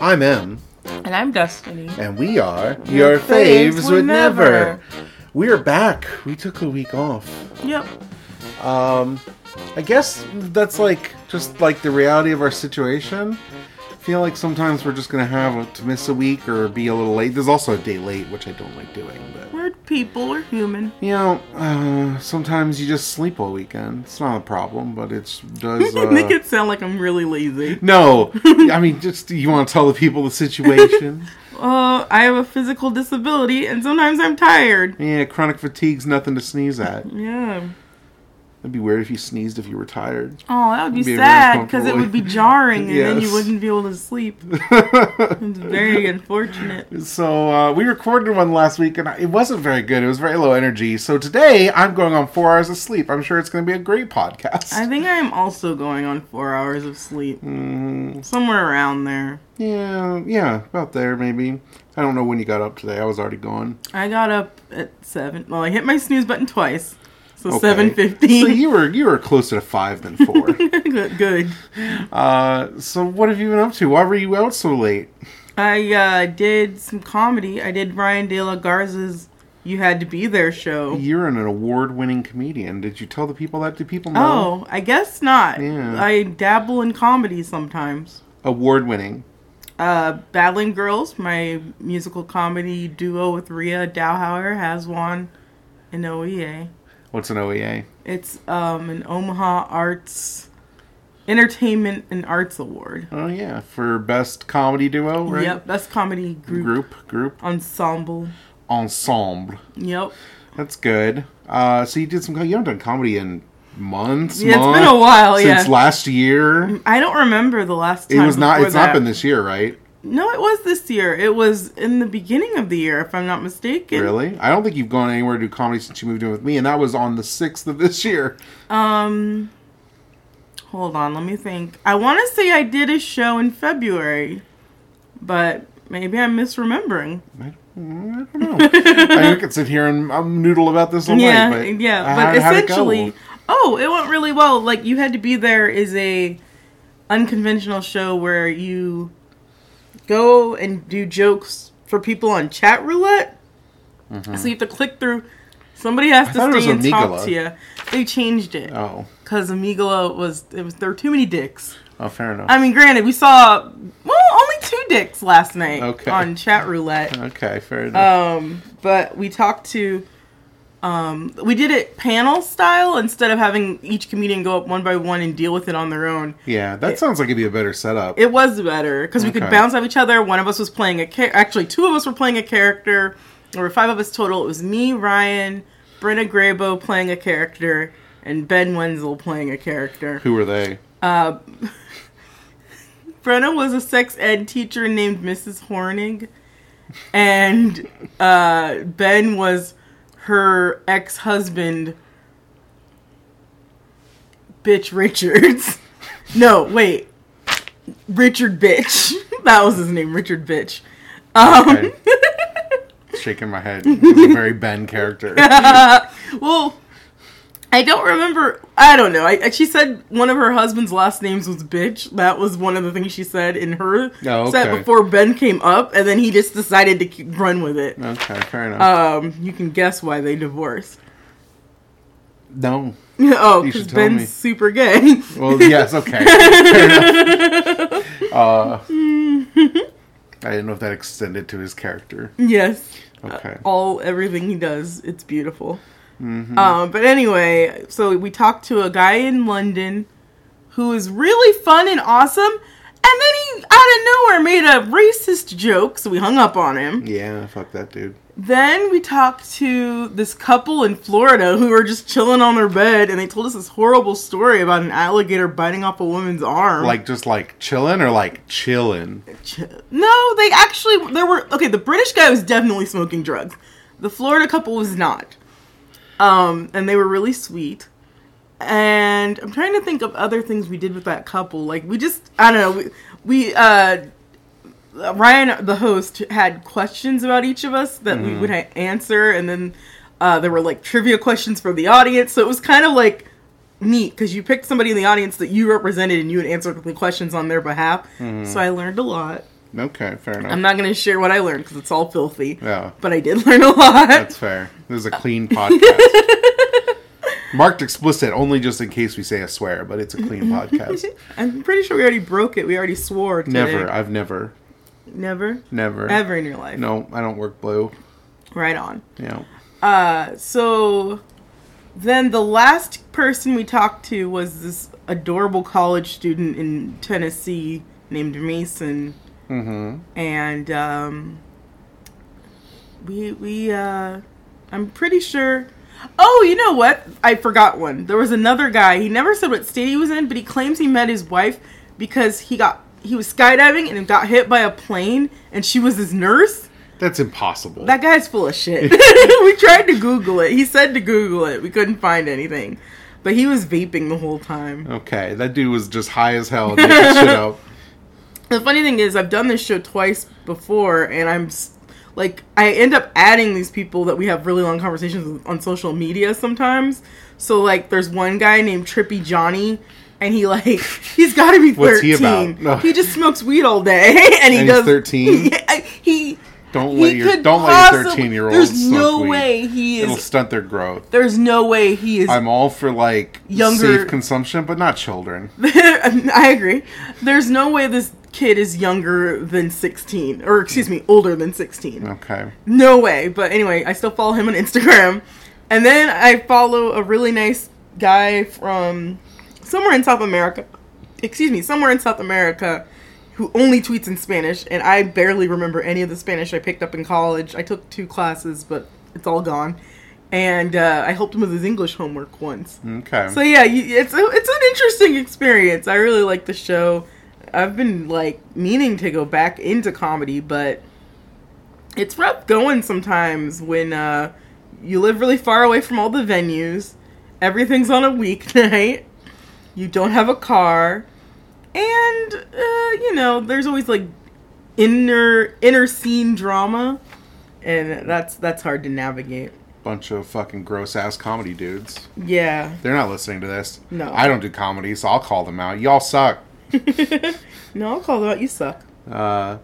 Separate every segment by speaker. Speaker 1: I'm Em,
Speaker 2: And I'm Destiny.
Speaker 1: and we are Your, Faves, Would Never. We are back. We took a week off.
Speaker 2: Yep.
Speaker 1: I guess that's like just like the reality of our situation. I feel like sometimes we're just gonna have to miss a week or be a little late. There's also a day late, which I don't like doing, but
Speaker 2: We're people, we're human.
Speaker 1: you know, uh, sometimes you just sleep all weekend. It's not a problem, but it does. Uh,
Speaker 2: Make it sound like I'm really lazy.
Speaker 1: no, I mean, just you want to tell the people the situation.
Speaker 2: Uh, I have a physical disability and sometimes I'm tired.
Speaker 1: yeah, chronic fatigue's nothing to sneeze at.
Speaker 2: Yeah.
Speaker 1: It'd be weird if you sneezed if you were tired.
Speaker 2: Oh, that would be,
Speaker 1: Be very
Speaker 2: sad because it
Speaker 1: uncomfortable.
Speaker 2: would be jarring and then you
Speaker 1: Yes.
Speaker 2: wouldn't be able to sleep. It's very unfortunate.
Speaker 1: so uh, we recorded one last week, and it wasn't very good. It was very low energy. So today I'm going on four hours of sleep. I'm sure it's going to be a great podcast.
Speaker 2: I think I am also going on four hours of sleep.
Speaker 1: Mm,
Speaker 2: Somewhere around there.
Speaker 1: yeah, yeah, about there maybe. I don't know when you got up today. I was already gone.
Speaker 2: I got up at seven. Well, I hit my snooze button twice. So
Speaker 1: Okay.
Speaker 2: seven
Speaker 1: So
Speaker 2: fifteen.
Speaker 1: you were you were closer to five than four.
Speaker 2: good, good.
Speaker 1: uh, so what have you been up to? Why were you out so late?
Speaker 2: I uh, did some comedy. I did Brian De La Garza's "You Had to Be There" show.
Speaker 1: You're an award-winning comedian. Did you tell the people that? Do people know?
Speaker 2: Oh, I guess not.
Speaker 1: Yeah.
Speaker 2: I dabble in comedy sometimes.
Speaker 1: Award-winning.
Speaker 2: Uh, Battling Girls, my musical comedy duo with Rhea Dowhower, has won an OEA.
Speaker 1: What's an E OEA?
Speaker 2: E It's um, an Omaha Arts Entertainment and Arts Award.
Speaker 1: Oh yeah, for best comedy duo, right?
Speaker 2: Yep, best comedy group,
Speaker 1: Group, group,
Speaker 2: ensemble.
Speaker 1: ensemble.
Speaker 2: Yep.
Speaker 1: That's good. Uh, so you did some. co- You haven't done comedy in months.
Speaker 2: Yeah, it's
Speaker 1: month-
Speaker 2: been a while,
Speaker 1: since
Speaker 2: yeah.
Speaker 1: last year.
Speaker 2: I don't remember the last
Speaker 1: It
Speaker 2: time.
Speaker 1: was not.
Speaker 2: before
Speaker 1: It's
Speaker 2: that.
Speaker 1: not been this year, right?
Speaker 2: No, it was this year. It was in the beginning of the year, if I'm not mistaken.
Speaker 1: Really? I don't think you've gone anywhere to do comedy since you moved in with me, and that was on the sixth of this year.
Speaker 2: Um, hold on, let me think. I want to say I did a show in February, but maybe I'm misremembering.
Speaker 1: I don't I don't know. I could sit here and um, noodle about this all
Speaker 2: yeah,
Speaker 1: night. But
Speaker 2: yeah.
Speaker 1: how-
Speaker 2: But
Speaker 1: how'd it go?
Speaker 2: essentially, oh, it went really well. Like you had to be there is a unconventional show where you go and do jokes for people on chat roulette. So you have to click through. Somebody has
Speaker 1: Mm-hmm. thought it
Speaker 2: to
Speaker 1: was
Speaker 2: stay and talk
Speaker 1: Amigala.
Speaker 2: to you. They changed it.
Speaker 1: oh,
Speaker 2: because Amigala was it was there were too many dicks.
Speaker 1: oh, fair enough.
Speaker 2: I mean, granted, we saw well only two dicks last night
Speaker 1: Okay.
Speaker 2: on chat roulette.
Speaker 1: okay, fair enough.
Speaker 2: Um, but we talked to, um, we did it panel style instead of having each comedian go up one by one and deal with it on their own.
Speaker 1: yeah, that sounds like it'd be a better setup.
Speaker 2: It was better because we could
Speaker 1: Okay.
Speaker 2: bounce off each other. One of us was playing a character. Actually, two of us were playing a character. There were five of us total. It was me, Ryan, Brenna Grabo playing a character, and Ben Wenzel playing a character.
Speaker 1: Who were they?
Speaker 2: Brenna was a sex ed teacher named Mrs. Hornig, and uh, Ben was her ex husband, Bitch Richards. no, wait, Richard Bitch. that was his name, Richard Bitch. Um,
Speaker 1: Okay. Shaking my head. It was a very Ben character.
Speaker 2: Well, I don't remember. I don't know. I, she said one of her husband's last names was bitch. That was one of the things she said in her
Speaker 1: Oh,
Speaker 2: set
Speaker 1: okay.
Speaker 2: before Ben came up, and then he just decided to keep, run with it.
Speaker 1: Okay, fair enough.
Speaker 2: Um, you can guess why they divorced.
Speaker 1: no.
Speaker 2: oh,
Speaker 1: You
Speaker 2: because
Speaker 1: should tell
Speaker 2: Ben's
Speaker 1: me.
Speaker 2: super gay.
Speaker 1: Well, yes, okay. Fair enough. Uh, I didn't know if that extended to his character.
Speaker 2: yes.
Speaker 1: Okay.
Speaker 2: all everything he does it's beautiful um, but anyway so we talked to a guy in london who is really fun and awesome and then he out of nowhere made a racist joke so we hung up on him
Speaker 1: Yeah, fuck that dude.
Speaker 2: then we talked to this couple in florida who were just chilling on their bed and they told us this horrible story about an alligator biting off a woman's arm
Speaker 1: Like, just like chillin' or like chillin'?
Speaker 2: Ch- no they actually there were okay the british guy was definitely smoking drugs the florida couple was not um and they were really sweet and i'm trying to think of other things we did with that couple like we just i don't know we, we uh ryan the host had questions about each of us that we would ha- answer and then uh there were like trivia questions for the audience so it was kind of like neat because you
Speaker 1: Mm-hmm.
Speaker 2: picked somebody in the audience that you represented and you had answered the questions on their behalf. So I learned a lot.
Speaker 1: Okay, fair enough.
Speaker 2: I'm not going to share what I learned because it's all filthy.
Speaker 1: Yeah.
Speaker 2: But I did learn a lot.
Speaker 1: That's fair. This is a clean podcast. Marked explicit only just in case we say a swear, but it's a clean podcast.
Speaker 2: I'm pretty sure we already broke it. We already swore. Today.
Speaker 1: Never. I've never.
Speaker 2: Never.
Speaker 1: Never.
Speaker 2: Ever in your life.
Speaker 1: No, I don't work blue.
Speaker 2: Right on.
Speaker 1: Yeah.
Speaker 2: Uh, so then the last person we talked to was this adorable college student in Tennessee named Mason,
Speaker 1: Mm-hmm.
Speaker 2: and um, we we uh, I'm pretty sure. Oh, you know what? I forgot one. There was another guy. He never said what state he was in, but he claims he met his wife because he got he was skydiving and got hit by a plane, and she was his nurse.
Speaker 1: That's impossible.
Speaker 2: That guy's full of shit. we tried to Google it. He said to Google it. We couldn't find anything. But he was vaping the whole time.
Speaker 1: okay, that dude was just high as hell. And making shit up.
Speaker 2: The funny thing is, I've done this show twice before, and I'm s- like, I end up adding these people that we have really long conversations with on social media sometimes. So, like, there's one guy named Trippy Johnny. And he like he's got to be thirteen.
Speaker 1: What's he about? No.
Speaker 2: He just smokes weed all day, and he
Speaker 1: And he's
Speaker 2: does
Speaker 1: 13?
Speaker 2: Yeah, I- he
Speaker 1: Don't
Speaker 2: he
Speaker 1: let your
Speaker 2: could
Speaker 1: don't let your
Speaker 2: possibly-
Speaker 1: thirteen year old.
Speaker 2: There's no way he
Speaker 1: it'll
Speaker 2: is
Speaker 1: stunt their growth.
Speaker 2: There's no way he is. i
Speaker 1: I'm all for like
Speaker 2: Younger-
Speaker 1: safe consumption, but not children.
Speaker 2: agree. There's no way this kid is younger than 16, or excuse me, older than 16.
Speaker 1: Okay.
Speaker 2: No way. But anyway, I still follow him on Instagram. And then I follow a really nice guy from somewhere in South America. Excuse me, somewhere in South America who only tweets in Spanish. And I barely remember any of the Spanish I picked up in college. I took two classes, but it's all gone. And uh, I helped him with his English homework once.
Speaker 1: Okay.
Speaker 2: So yeah, you, it's a, it's an interesting experience. I really like the show. I've been like meaning to go back into comedy, but it's rough going sometimes when uh, you live really far away from all the venues. Everything's on a weeknight. You don't have a car, and uh, you know there's always like inner inner scene drama, and that's that's hard to navigate.
Speaker 1: Bunch of fucking gross ass comedy dudes.
Speaker 2: Yeah.
Speaker 1: They're not listening to this.
Speaker 2: No.
Speaker 1: I don't do comedy, so I'll call them out. Y'all suck.
Speaker 2: no, I'll call them out. You suck.
Speaker 1: Uh,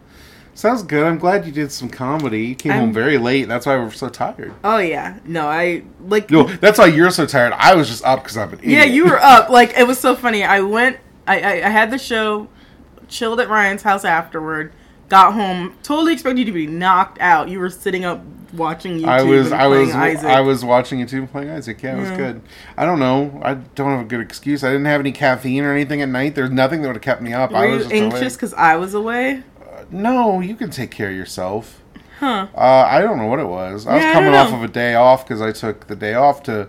Speaker 1: sounds good. I'm glad you did some comedy. You came
Speaker 2: I'm-
Speaker 1: home very late. That's why we're so tired.
Speaker 2: Oh yeah, no, I like.
Speaker 1: No, that's why you're so tired. I was just up because I'm an
Speaker 2: yeah,
Speaker 1: idiot.
Speaker 2: you were up. Like it was so funny. I went. I, I I had the show, chilled at Ryan's house afterward. Got home, totally expected you to be knocked out. You were sitting up watching YouTube.
Speaker 1: I was,
Speaker 2: and
Speaker 1: I
Speaker 2: playing
Speaker 1: was,
Speaker 2: Isaac.
Speaker 1: I was watching YouTube and playing Isaac. Yeah, it was
Speaker 2: Yeah.
Speaker 1: good. I don't know. I don't have a good excuse. I didn't have any caffeine or anything at night. There's nothing that would have kept me up. I
Speaker 2: Were you
Speaker 1: was just awake.
Speaker 2: anxious because I was away?
Speaker 1: No, you can take care of yourself.
Speaker 2: Huh?
Speaker 1: Uh, I don't know what it was. I was
Speaker 2: Yeah, I
Speaker 1: coming
Speaker 2: don't
Speaker 1: off
Speaker 2: know.
Speaker 1: of a day off because I took the day off to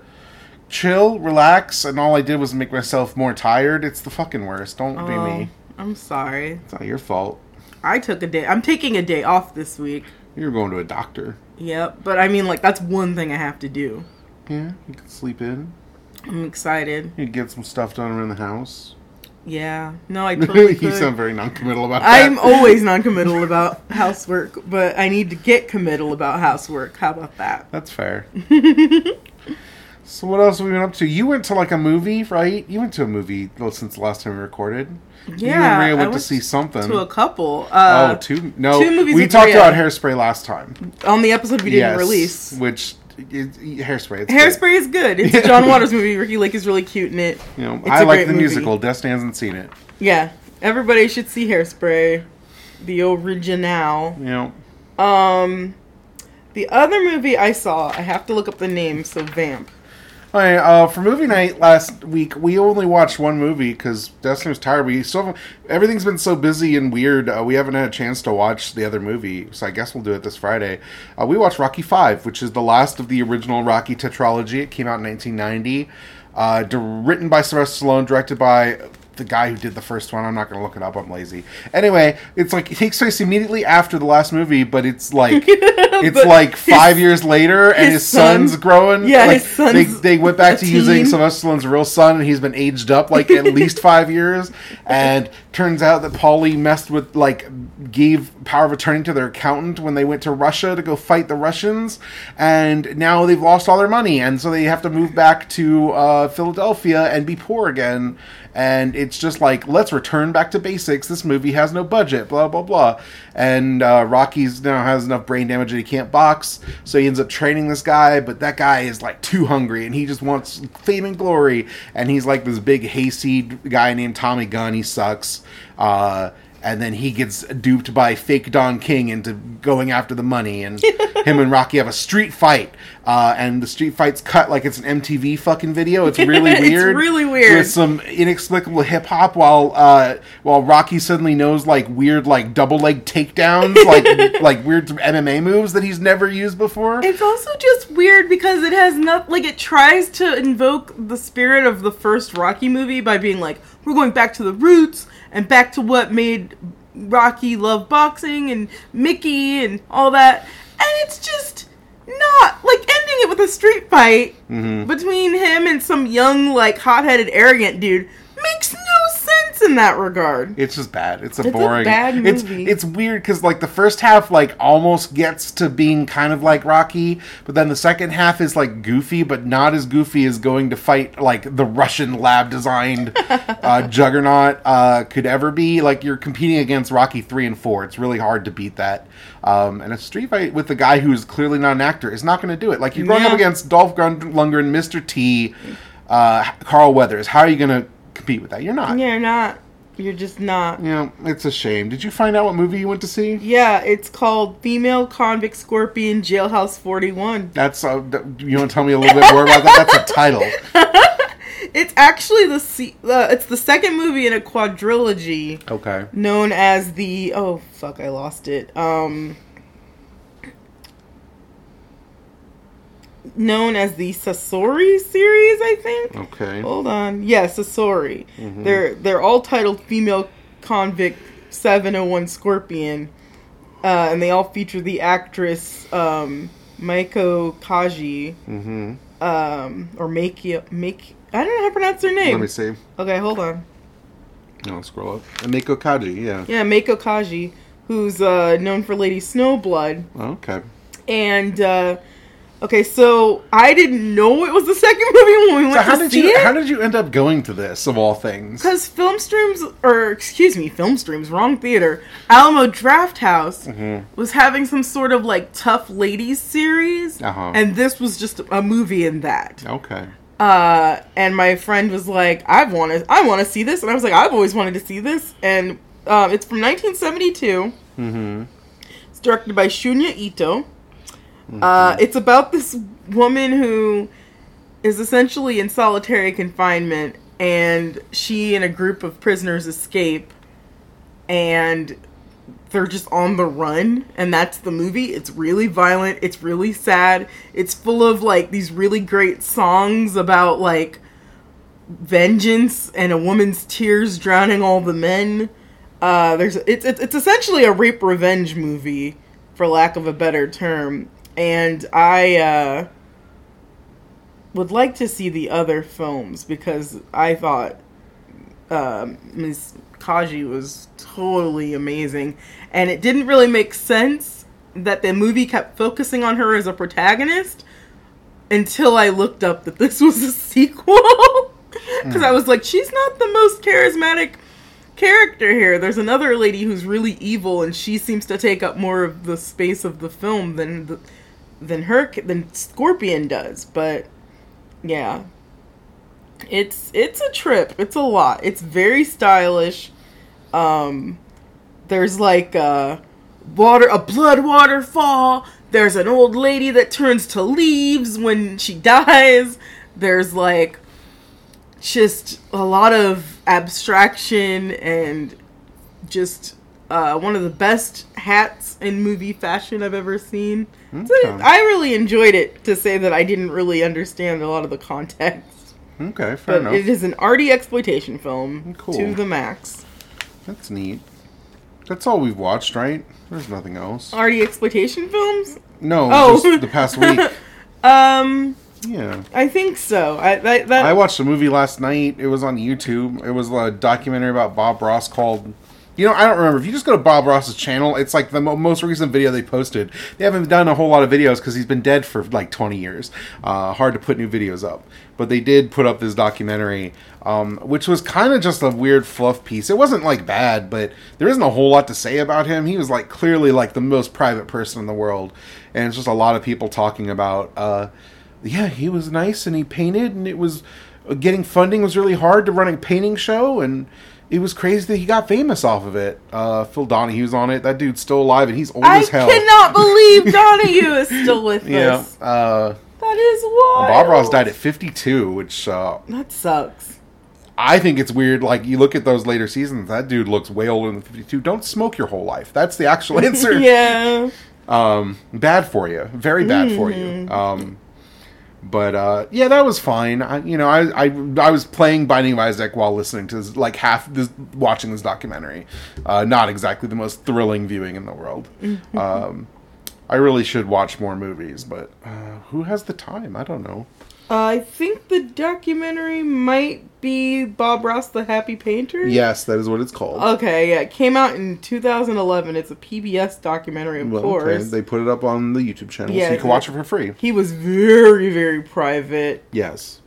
Speaker 1: chill, relax, and all I did was make myself more tired. It's the fucking worst. Don't be
Speaker 2: Oh,
Speaker 1: me.
Speaker 2: I'm sorry.
Speaker 1: It's not your fault.
Speaker 2: I took a day. I'm taking a day off this week.
Speaker 1: You're going to a doctor.
Speaker 2: Yep, but I mean, like that's one thing I have to do.
Speaker 1: Yeah, you can sleep in.
Speaker 2: I'm excited.
Speaker 1: You can get some stuff done around the house.
Speaker 2: Yeah. No, I totally.
Speaker 1: you
Speaker 2: could.
Speaker 1: sound very noncommittal about that.
Speaker 2: I'm always non-committal about housework, but I need to get committal about housework. How about that?
Speaker 1: That's fair. so what else have we been up to? You went to like a movie, right? You went to a movie well, since the last time we recorded. you
Speaker 2: Yeah,
Speaker 1: and Rhea
Speaker 2: I
Speaker 1: went to
Speaker 2: went
Speaker 1: see something.
Speaker 2: To a couple.
Speaker 1: Oh,
Speaker 2: Uh,
Speaker 1: two no.
Speaker 2: two movies
Speaker 1: we
Speaker 2: with
Speaker 1: talked
Speaker 2: Rhea.
Speaker 1: about Hairspray last time.
Speaker 2: on the episode we didn't release.
Speaker 1: which is, Hairspray. It's
Speaker 2: Hairspray is good. It's a John Waters movie. Ricky Lake is really cute in it.
Speaker 1: Good. You know,
Speaker 2: It's
Speaker 1: I
Speaker 2: a
Speaker 1: like
Speaker 2: great
Speaker 1: the
Speaker 2: movie.
Speaker 1: musical. Destiny hasn't seen it.
Speaker 2: Yeah, everybody should see Hairspray, the original.
Speaker 1: You know,
Speaker 2: Um, the other movie I saw, I have to look up the name. So Vamp.
Speaker 1: All right, uh, for movie night last week, we only watched one movie because Destiny was tired. We still haven't, everything's been so busy and weird. Uh, we haven't had a chance to watch the other movie, so I guess we'll do it this Friday. Uh, we watched Rocky Five, which is the last of the original Rocky tetralogy. It came out in 1990, uh, di- written by Sylvester Stallone, directed by the guy who did the first one. I'm not going to look it up. I'm lazy. Anyway, it's like it takes place immediately after the last movie, but it's like It's
Speaker 2: But
Speaker 1: like
Speaker 2: his-
Speaker 1: five years later, and
Speaker 2: his
Speaker 1: his, son's
Speaker 2: son-
Speaker 1: growing.
Speaker 2: yeah,
Speaker 1: like,
Speaker 2: his son's
Speaker 1: They, they went back
Speaker 2: a
Speaker 1: to using
Speaker 2: teen.
Speaker 1: Sylvester Stallone's real son, and he's been aged up like at least five years. And turns out that Paulie messed with like gave power of attorney to their accountant when they went to Russia to go fight the Russians, and now they've lost all their money, and so they have to move back to uh, Philadelphia and be poor again. And it's just like let's return back to basics. This movie has no budget, blah blah blah. And uh, Rocky's now has enough brain damage that he can't box, so he ends up training this guy. But that guy is like too hungry, and he just wants fame and glory. And he's like this big hayseed guy named Tommy Gunn. He sucks. Uh, and then he gets duped by fake Don King into going after the money, and him and Rocky have a street fight, uh, and the street fight's cut like it's an MTV fucking video. It's really
Speaker 2: It's
Speaker 1: weird.
Speaker 2: really weird.
Speaker 1: With some inexplicable hip hop, while uh, while Rocky suddenly knows like weird like double leg takedowns, like like weird MMA moves that he's never used before.
Speaker 2: It's also just weird because it has not like it tries to invoke the spirit of the first Rocky movie by being like, we're going back to the roots and back to what made Rocky love boxing and Mickey and all that. And it's just not like ending it with a street fight between him and some young, like hot-headed, arrogant dude makes no sense in that regard.
Speaker 1: It's just bad. It's a
Speaker 2: a
Speaker 1: boring.
Speaker 2: bad
Speaker 1: it's
Speaker 2: movie.
Speaker 1: it's weird because like the first half like almost gets to being kind of like Rocky, but then the second half is like goofy, but not as goofy as going to fight like the Russian lab designed uh, juggernaut uh, could ever be. Like you're competing against Rocky three and four. It's really hard to beat that. Um, and a street fight with the guy who is clearly not an actor is not going to do it. Like you're going up
Speaker 2: Yeah.
Speaker 1: against Dolph Grund- Lundgren, Mr. T, uh, Carl Weathers. How are you going to compete with that? You're not.
Speaker 2: You're not. You're just not.
Speaker 1: Yeah, it's a shame. Did you find out what movie you went to see?
Speaker 2: Yeah, it's called Female Convict Scorpion Jailhouse 41.
Speaker 1: That's uh, th- you want to tell me a little bit more about that? That's a title.
Speaker 2: It's actually the se- uh, it's the second movie in a quadrilogy
Speaker 1: Okay.
Speaker 2: known as the oh fuck I lost it. Um known as the Sasori series, I think.
Speaker 1: Okay.
Speaker 2: Hold on. Yes, Asori.
Speaker 1: Mm-hmm.
Speaker 2: They're they're all titled Female Convict 701 Scorpion. Uh, and they all feature the actress um Maiko Kaji
Speaker 1: Mm-hmm.
Speaker 2: um or Makio Make I don't know how to pronounce her
Speaker 1: Let me
Speaker 2: name.
Speaker 1: see.
Speaker 2: Okay, hold on.
Speaker 1: No, scroll up. Amiko Kaji. Yeah.
Speaker 2: Yeah, Mako Kaji, who's uh known for Lady Snowblood
Speaker 1: Okay.
Speaker 2: and uh Okay, so I didn't know it was the second movie when we
Speaker 1: So
Speaker 2: went
Speaker 1: how
Speaker 2: to
Speaker 1: did
Speaker 2: see
Speaker 1: you
Speaker 2: it.
Speaker 1: how did you end up going to this of all things?
Speaker 2: Because film streams, or excuse me, film streams, wrong theater. Alamo Draft House was having some sort of like tough ladies series,
Speaker 1: Uh-huh.
Speaker 2: and this was just a movie in that.
Speaker 1: Okay.
Speaker 2: Uh, and my friend was like, "I want to, I want to see this," and I was like, "I've always wanted to see this." And um, it's from 1972.
Speaker 1: Mm-hmm.
Speaker 2: It's directed by Shunya Ito. Uh, it's about this woman who is essentially in solitary confinement, and she and a group of prisoners escape, and they're just on the run, and that's the movie. It's really violent, it's really sad, it's full of like these really great songs about like vengeance and a woman's tears drowning all the men. Uh, there's it's it's, it's essentially a rape revenge movie, for lack of a better term. And I uh, would like to see the other films because I thought uh, Miss Kaji was totally amazing, and it didn't really make sense that the movie kept focusing on her as a protagonist until I looked up that this was a sequel. Because I was like, she's not the most charismatic character here. There's another lady who's really evil, and she seems to take up more of the space of the film than the, than her than Scorpion does. But yeah, it's it's a trip. It's a lot. It's very stylish. Um, there's like a water, a blood waterfall. There's an old lady that turns to leaves when she dies. There's like just a lot of abstraction and just uh, one of the best hats in movie fashion I've ever seen. So
Speaker 1: Okay.
Speaker 2: I really enjoyed it to say that I didn't really understand a lot of the context.
Speaker 1: Okay. Fair
Speaker 2: But
Speaker 1: enough.
Speaker 2: it is an arty exploitation film
Speaker 1: Cool.
Speaker 2: to the max.
Speaker 1: That's neat. That's all we've watched, right? There's nothing else.
Speaker 2: Already exploitation films?
Speaker 1: No,
Speaker 2: Oh.
Speaker 1: just the past week.
Speaker 2: Um,
Speaker 1: Yeah.
Speaker 2: I think so. I that, that
Speaker 1: I watched a movie last night. It was on YouTube. It was a documentary about Bob Ross called. You know, I don't remember. If you just go to Bob Ross's channel, it's like the mo- most recent video they posted. They haven't done a whole lot of videos because he's been dead for like 20 years. Uh, hard to put new videos up. But they did put up this documentary, um, which was kind of just a weird fluff piece. It wasn't like bad, but there isn't a whole lot to say about him. He was like clearly like the most private person in the world. And it's just a lot of people talking about. Uh, yeah, he was nice and he painted and it was uh, getting funding was really hard to run a painting show and it was crazy that he got famous off of it. Uh, Phil Donahue's on it. That dude's still alive and he's old
Speaker 2: I
Speaker 1: as hell.
Speaker 2: cannot believe Donahue is still with
Speaker 1: yeah.
Speaker 2: us.
Speaker 1: Uh,
Speaker 2: That is wild.
Speaker 1: Bob Ross died at 52, which uh,
Speaker 2: That sucks.
Speaker 1: I think it's weird. Like you look at those later seasons, that dude looks way older than 52. Don't smoke your whole life. That's the actual answer.
Speaker 2: Yeah.
Speaker 1: um, bad for you, very bad for
Speaker 2: Mm-hmm.
Speaker 1: you. Um, but uh, yeah, that was fine. I, you know, I, I I was playing Binding of Isaac while listening to this, like half this watching this documentary. Uh, not exactly the most thrilling viewing in the world.
Speaker 2: Mm-hmm.
Speaker 1: um, I really should watch more movies, but uh, who has the time? I don't know.
Speaker 2: Uh, I think the documentary might be Bob Ross the Happy Painter.
Speaker 1: Yes, that is what it's called.
Speaker 2: Okay, yeah. It came out in 2011. It's a PBS documentary, of
Speaker 1: Well, okay,
Speaker 2: course.
Speaker 1: they put it up on the YouTube channel,
Speaker 2: Yeah,
Speaker 1: so you
Speaker 2: it's
Speaker 1: can watch it for free.
Speaker 2: He was very, very private.
Speaker 1: Yes.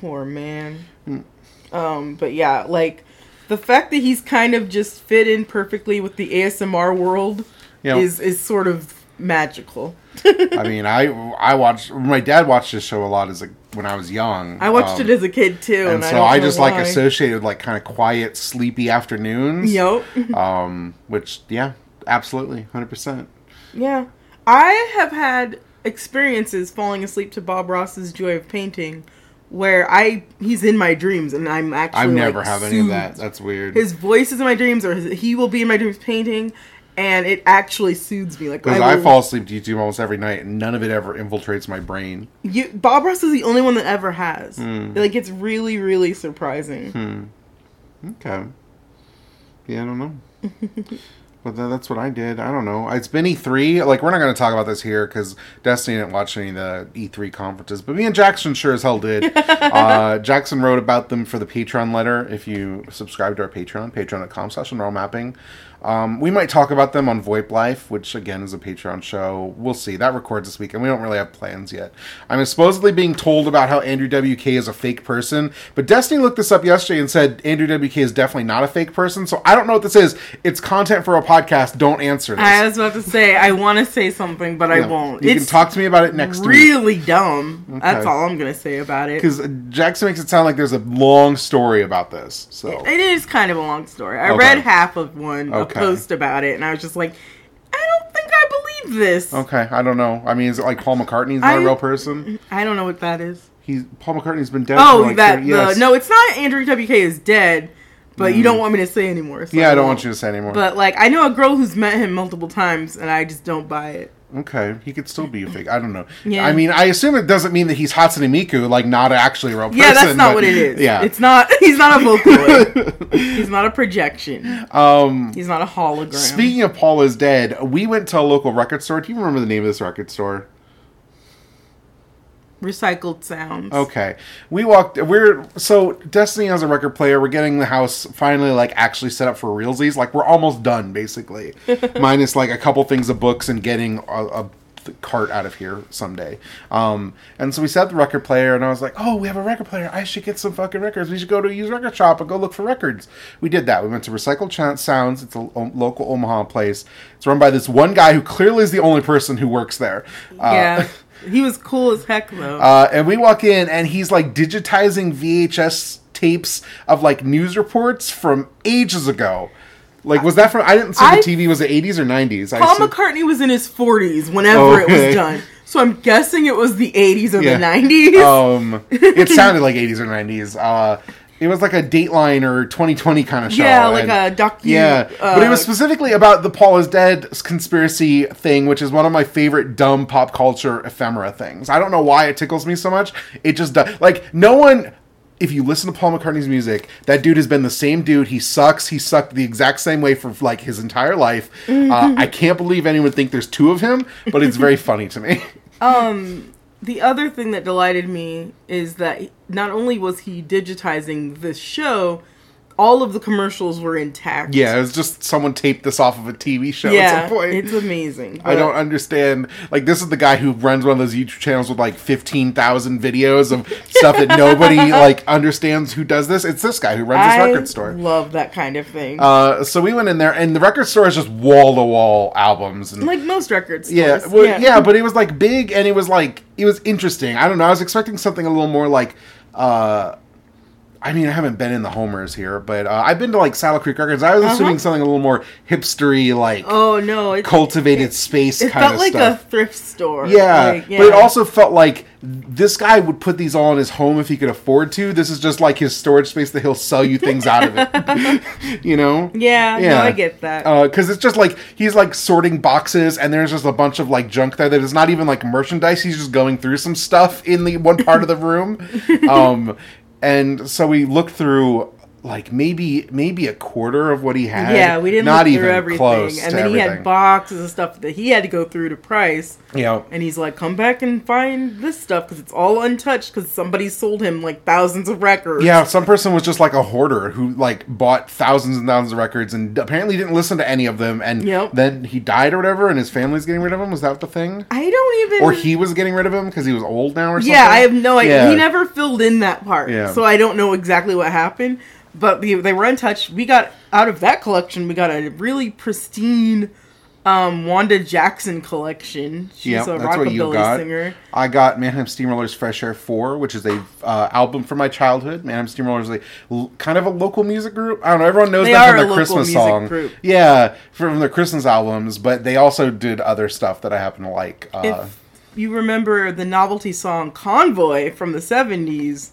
Speaker 2: Poor man.
Speaker 1: Mm.
Speaker 2: Um, but yeah, like the fact that he's kind of just fit in perfectly with the ASMR world
Speaker 1: Yeah.
Speaker 2: is is sort of magical.
Speaker 1: I mean, I I watched my dad watched this show a lot as a, when I was young.
Speaker 2: I watched
Speaker 1: um,
Speaker 2: it as a kid too, and,
Speaker 1: and so
Speaker 2: don't
Speaker 1: I
Speaker 2: know
Speaker 1: just
Speaker 2: why.
Speaker 1: like associated like kind of quiet, sleepy afternoons.
Speaker 2: Yup.
Speaker 1: Um, which yeah, absolutely, hundred percent.
Speaker 2: Yeah. I have had experiences falling asleep to Bob Ross's Joy of Painting where I he's in my dreams and I'm actually
Speaker 1: I never
Speaker 2: like,
Speaker 1: have any of
Speaker 2: soothed.
Speaker 1: that. That's weird.
Speaker 2: His voice is in my dreams or his, he will be in my dreams painting and it actually soothes me like
Speaker 1: Because
Speaker 2: I
Speaker 1: I
Speaker 2: will-
Speaker 1: fall asleep to YouTube almost every night, and none of it ever infiltrates my brain.
Speaker 2: You, Bob Ross is the only one that ever has.
Speaker 1: Hmm.
Speaker 2: Like it's really, really surprising.
Speaker 1: Okay. Yeah, I don't know. but tha- that's what I did. I don't know. It's been E3. Like, we're not going to talk about this here because Destiny didn't watch any of the E3 conferences. But me and Jackson sure as hell did. uh, Jackson wrote about them for the Patreon letter. If you subscribe to our Patreon, patreon.com slash enroll mapping. Um, we might talk about them on VoIP Life, which again is a Patreon show. We'll see. That records this week, and we don't really have plans yet. I'm supposedly being told about how Andrew WK is a fake person, but Destiny looked this up yesterday and said Andrew WK is definitely not a fake person. So I don't know what this is. It's content for a podcast. Don't answer this.
Speaker 2: I was about to say I want to say something, but I
Speaker 1: Yeah.
Speaker 2: won't.
Speaker 1: You
Speaker 2: it's
Speaker 1: can talk to me about it next week.
Speaker 2: really dumb. That's
Speaker 1: Okay.
Speaker 2: all I'm gonna say about it.
Speaker 1: Because Jackson makes it sound like there's a long story about this. So
Speaker 2: It is kind of a long story. I
Speaker 1: Okay.
Speaker 2: read half of one
Speaker 1: Okay.
Speaker 2: a post about it, and I was just like, I don't think I believe this.
Speaker 1: okay, I don't know. I mean, is it like Paul McCartney's not
Speaker 2: I-
Speaker 1: a real person?
Speaker 2: I don't know what that is.
Speaker 1: He's Paul McCartney's been dead.
Speaker 2: Oh,
Speaker 1: for like
Speaker 2: that
Speaker 1: 30 yes. Hmm.
Speaker 2: the no, it's not Andrew WK is dead, but you don't want me to say anymore. so
Speaker 1: Yeah, I don't
Speaker 2: won't.
Speaker 1: want you to say anymore.
Speaker 2: But like, I know a girl who's met him multiple times, and I just don't buy it.
Speaker 1: Okay, he could still be a fake. I don't know.
Speaker 2: Yeah.
Speaker 1: I mean, I assume it doesn't mean that he's Hatsune Miku, like not actually a real person.
Speaker 2: Yeah, that's not
Speaker 1: but-
Speaker 2: what it is.
Speaker 1: Yeah,
Speaker 2: it's not. He's not a Vocaloid. he's not a projection.
Speaker 1: um.
Speaker 2: He's not a hologram.
Speaker 1: Speaking of Paul is dead, we went to a local record store. Do you remember the name of this record store?
Speaker 2: Recycled sounds.
Speaker 1: Okay. We walked we're so Destiny has a record player. We're getting the house finally like actually set up for realsies. Like we're almost done basically. Minus like a couple things of books and getting a, a th- cart out of here someday. Um and so we set up the record player and I was like, "Oh, we have a record player. I should get some fucking records. We should go to a used record shop and go look for records." We did that. We went to Recycled Ch- Sounds. It's a lo- local Omaha place. It's run by this one guy who clearly is the only person who works there. Uh,
Speaker 2: Yeah, he was cool as heck though.
Speaker 1: uh, and we walk in, and he's like digitizing VHS tapes of like news reports from ages ago. Like, was that from? I didn't see
Speaker 2: I-
Speaker 1: the TV. Was it eighties or nineties? I
Speaker 2: Paul
Speaker 1: assume-
Speaker 2: McCartney was in his 40s whenever it
Speaker 1: Okay.
Speaker 2: was done. So I'm guessing it was the 80s or
Speaker 1: Yeah.
Speaker 2: the 90s.
Speaker 1: um, it sounded like eighties or nineties. Uh, it was like a Dateline or Twenty Twenty kind of show.
Speaker 2: Yeah, like
Speaker 1: and-
Speaker 2: a docu-
Speaker 1: Yeah, but it was
Speaker 2: uh,
Speaker 1: specifically about the Paul is Dead conspiracy thing, which is one of my favorite dumb pop culture ephemera things. I don't know why it tickles me so much. It just does. Like no one. if you listen to Paul McCartney's music, that dude has been the same dude. He sucks. He sucked the exact same way for like his entire life. Uh, I can't believe anyone think there's two of him, but it's very funny to me.
Speaker 2: The other thing that delighted me is that not only was he digitizing this show, all of the commercials were intact.
Speaker 1: yeah, it's just someone taped this off of a TV show at
Speaker 2: yeah,
Speaker 1: some point.
Speaker 2: it's amazing.
Speaker 1: I don't understand. Like, this is the guy who runs one of those YouTube channels with like fifteen thousand videos of stuff that nobody like understands. Who does this? It's this guy who runs this
Speaker 2: I
Speaker 1: record store.
Speaker 2: love that kind of thing.
Speaker 1: Uh, so we went in there, and the record store is just wall to wall albums. And,
Speaker 2: like most records.
Speaker 1: yeah, well, yeah, but it was like big, and it was like it was interesting. I don't know. I was expecting something a little more like. uh I mean, I haven't been in the homers here, but uh, I've been to like Saddle Creek Records. I was assuming something a little more hipstery, like
Speaker 2: Uh-huh. Oh no, it,
Speaker 1: cultivated space
Speaker 2: it
Speaker 1: kind
Speaker 2: felt
Speaker 1: of
Speaker 2: like
Speaker 1: stuff.
Speaker 2: a thrift store.
Speaker 1: Yeah,
Speaker 2: Like,
Speaker 1: but it also felt like this guy would put these all in his home if he could afford to. This is just like his storage space that he'll sell you things out of it. you know?
Speaker 2: Yeah, no, I get that.
Speaker 1: Because it's just like he's like sorting boxes, and there's just a bunch of like junk there that is not even like merchandise. He's just going through some stuff in the one part of the room. Um, and so we looked through like maybe maybe a quarter of what he had.
Speaker 2: yeah, we didn't
Speaker 1: not
Speaker 2: look
Speaker 1: even
Speaker 2: through everything,
Speaker 1: close.
Speaker 2: and
Speaker 1: to
Speaker 2: then he had
Speaker 1: everything.
Speaker 2: boxes and stuff that he had to go through to price.
Speaker 1: yeah.
Speaker 2: And he's like, "Come back and find this stuff because it's all untouched because somebody sold him like thousands of records."
Speaker 1: Yeah, some person was just like a hoarder who like bought thousands and thousands of records and apparently didn't listen to any of them. And
Speaker 2: Yep.
Speaker 1: then he died or whatever, and his family's getting rid of him. Was that the thing?
Speaker 2: I don't even.
Speaker 1: Or he was getting rid of him because he was old now or something?
Speaker 2: Yeah, I have no idea.
Speaker 1: Yeah.
Speaker 2: He never filled in that part,
Speaker 1: Yeah.
Speaker 2: so I don't know exactly what happened. But the, they were untouched. We got out of that collection. We got a really pristine um, Wanda Jackson collection. She's
Speaker 1: Yeah,
Speaker 2: a
Speaker 1: that's what you
Speaker 2: rockabilly
Speaker 1: got.
Speaker 2: singer.
Speaker 1: I got Manheim Steamrollers Fresh Air 4, which is a uh, album from my childhood. Manheim Steamrollers is a l- kind of a local music group. I don't know. Everyone knows
Speaker 2: They
Speaker 1: that
Speaker 2: are
Speaker 1: from
Speaker 2: a
Speaker 1: their
Speaker 2: local
Speaker 1: Christmas
Speaker 2: music
Speaker 1: song.
Speaker 2: group.
Speaker 1: Yeah, from their Christmas albums, but they also did other stuff that I happen to like. Uh,
Speaker 2: if you remember the novelty song "Convoy" from the '70s,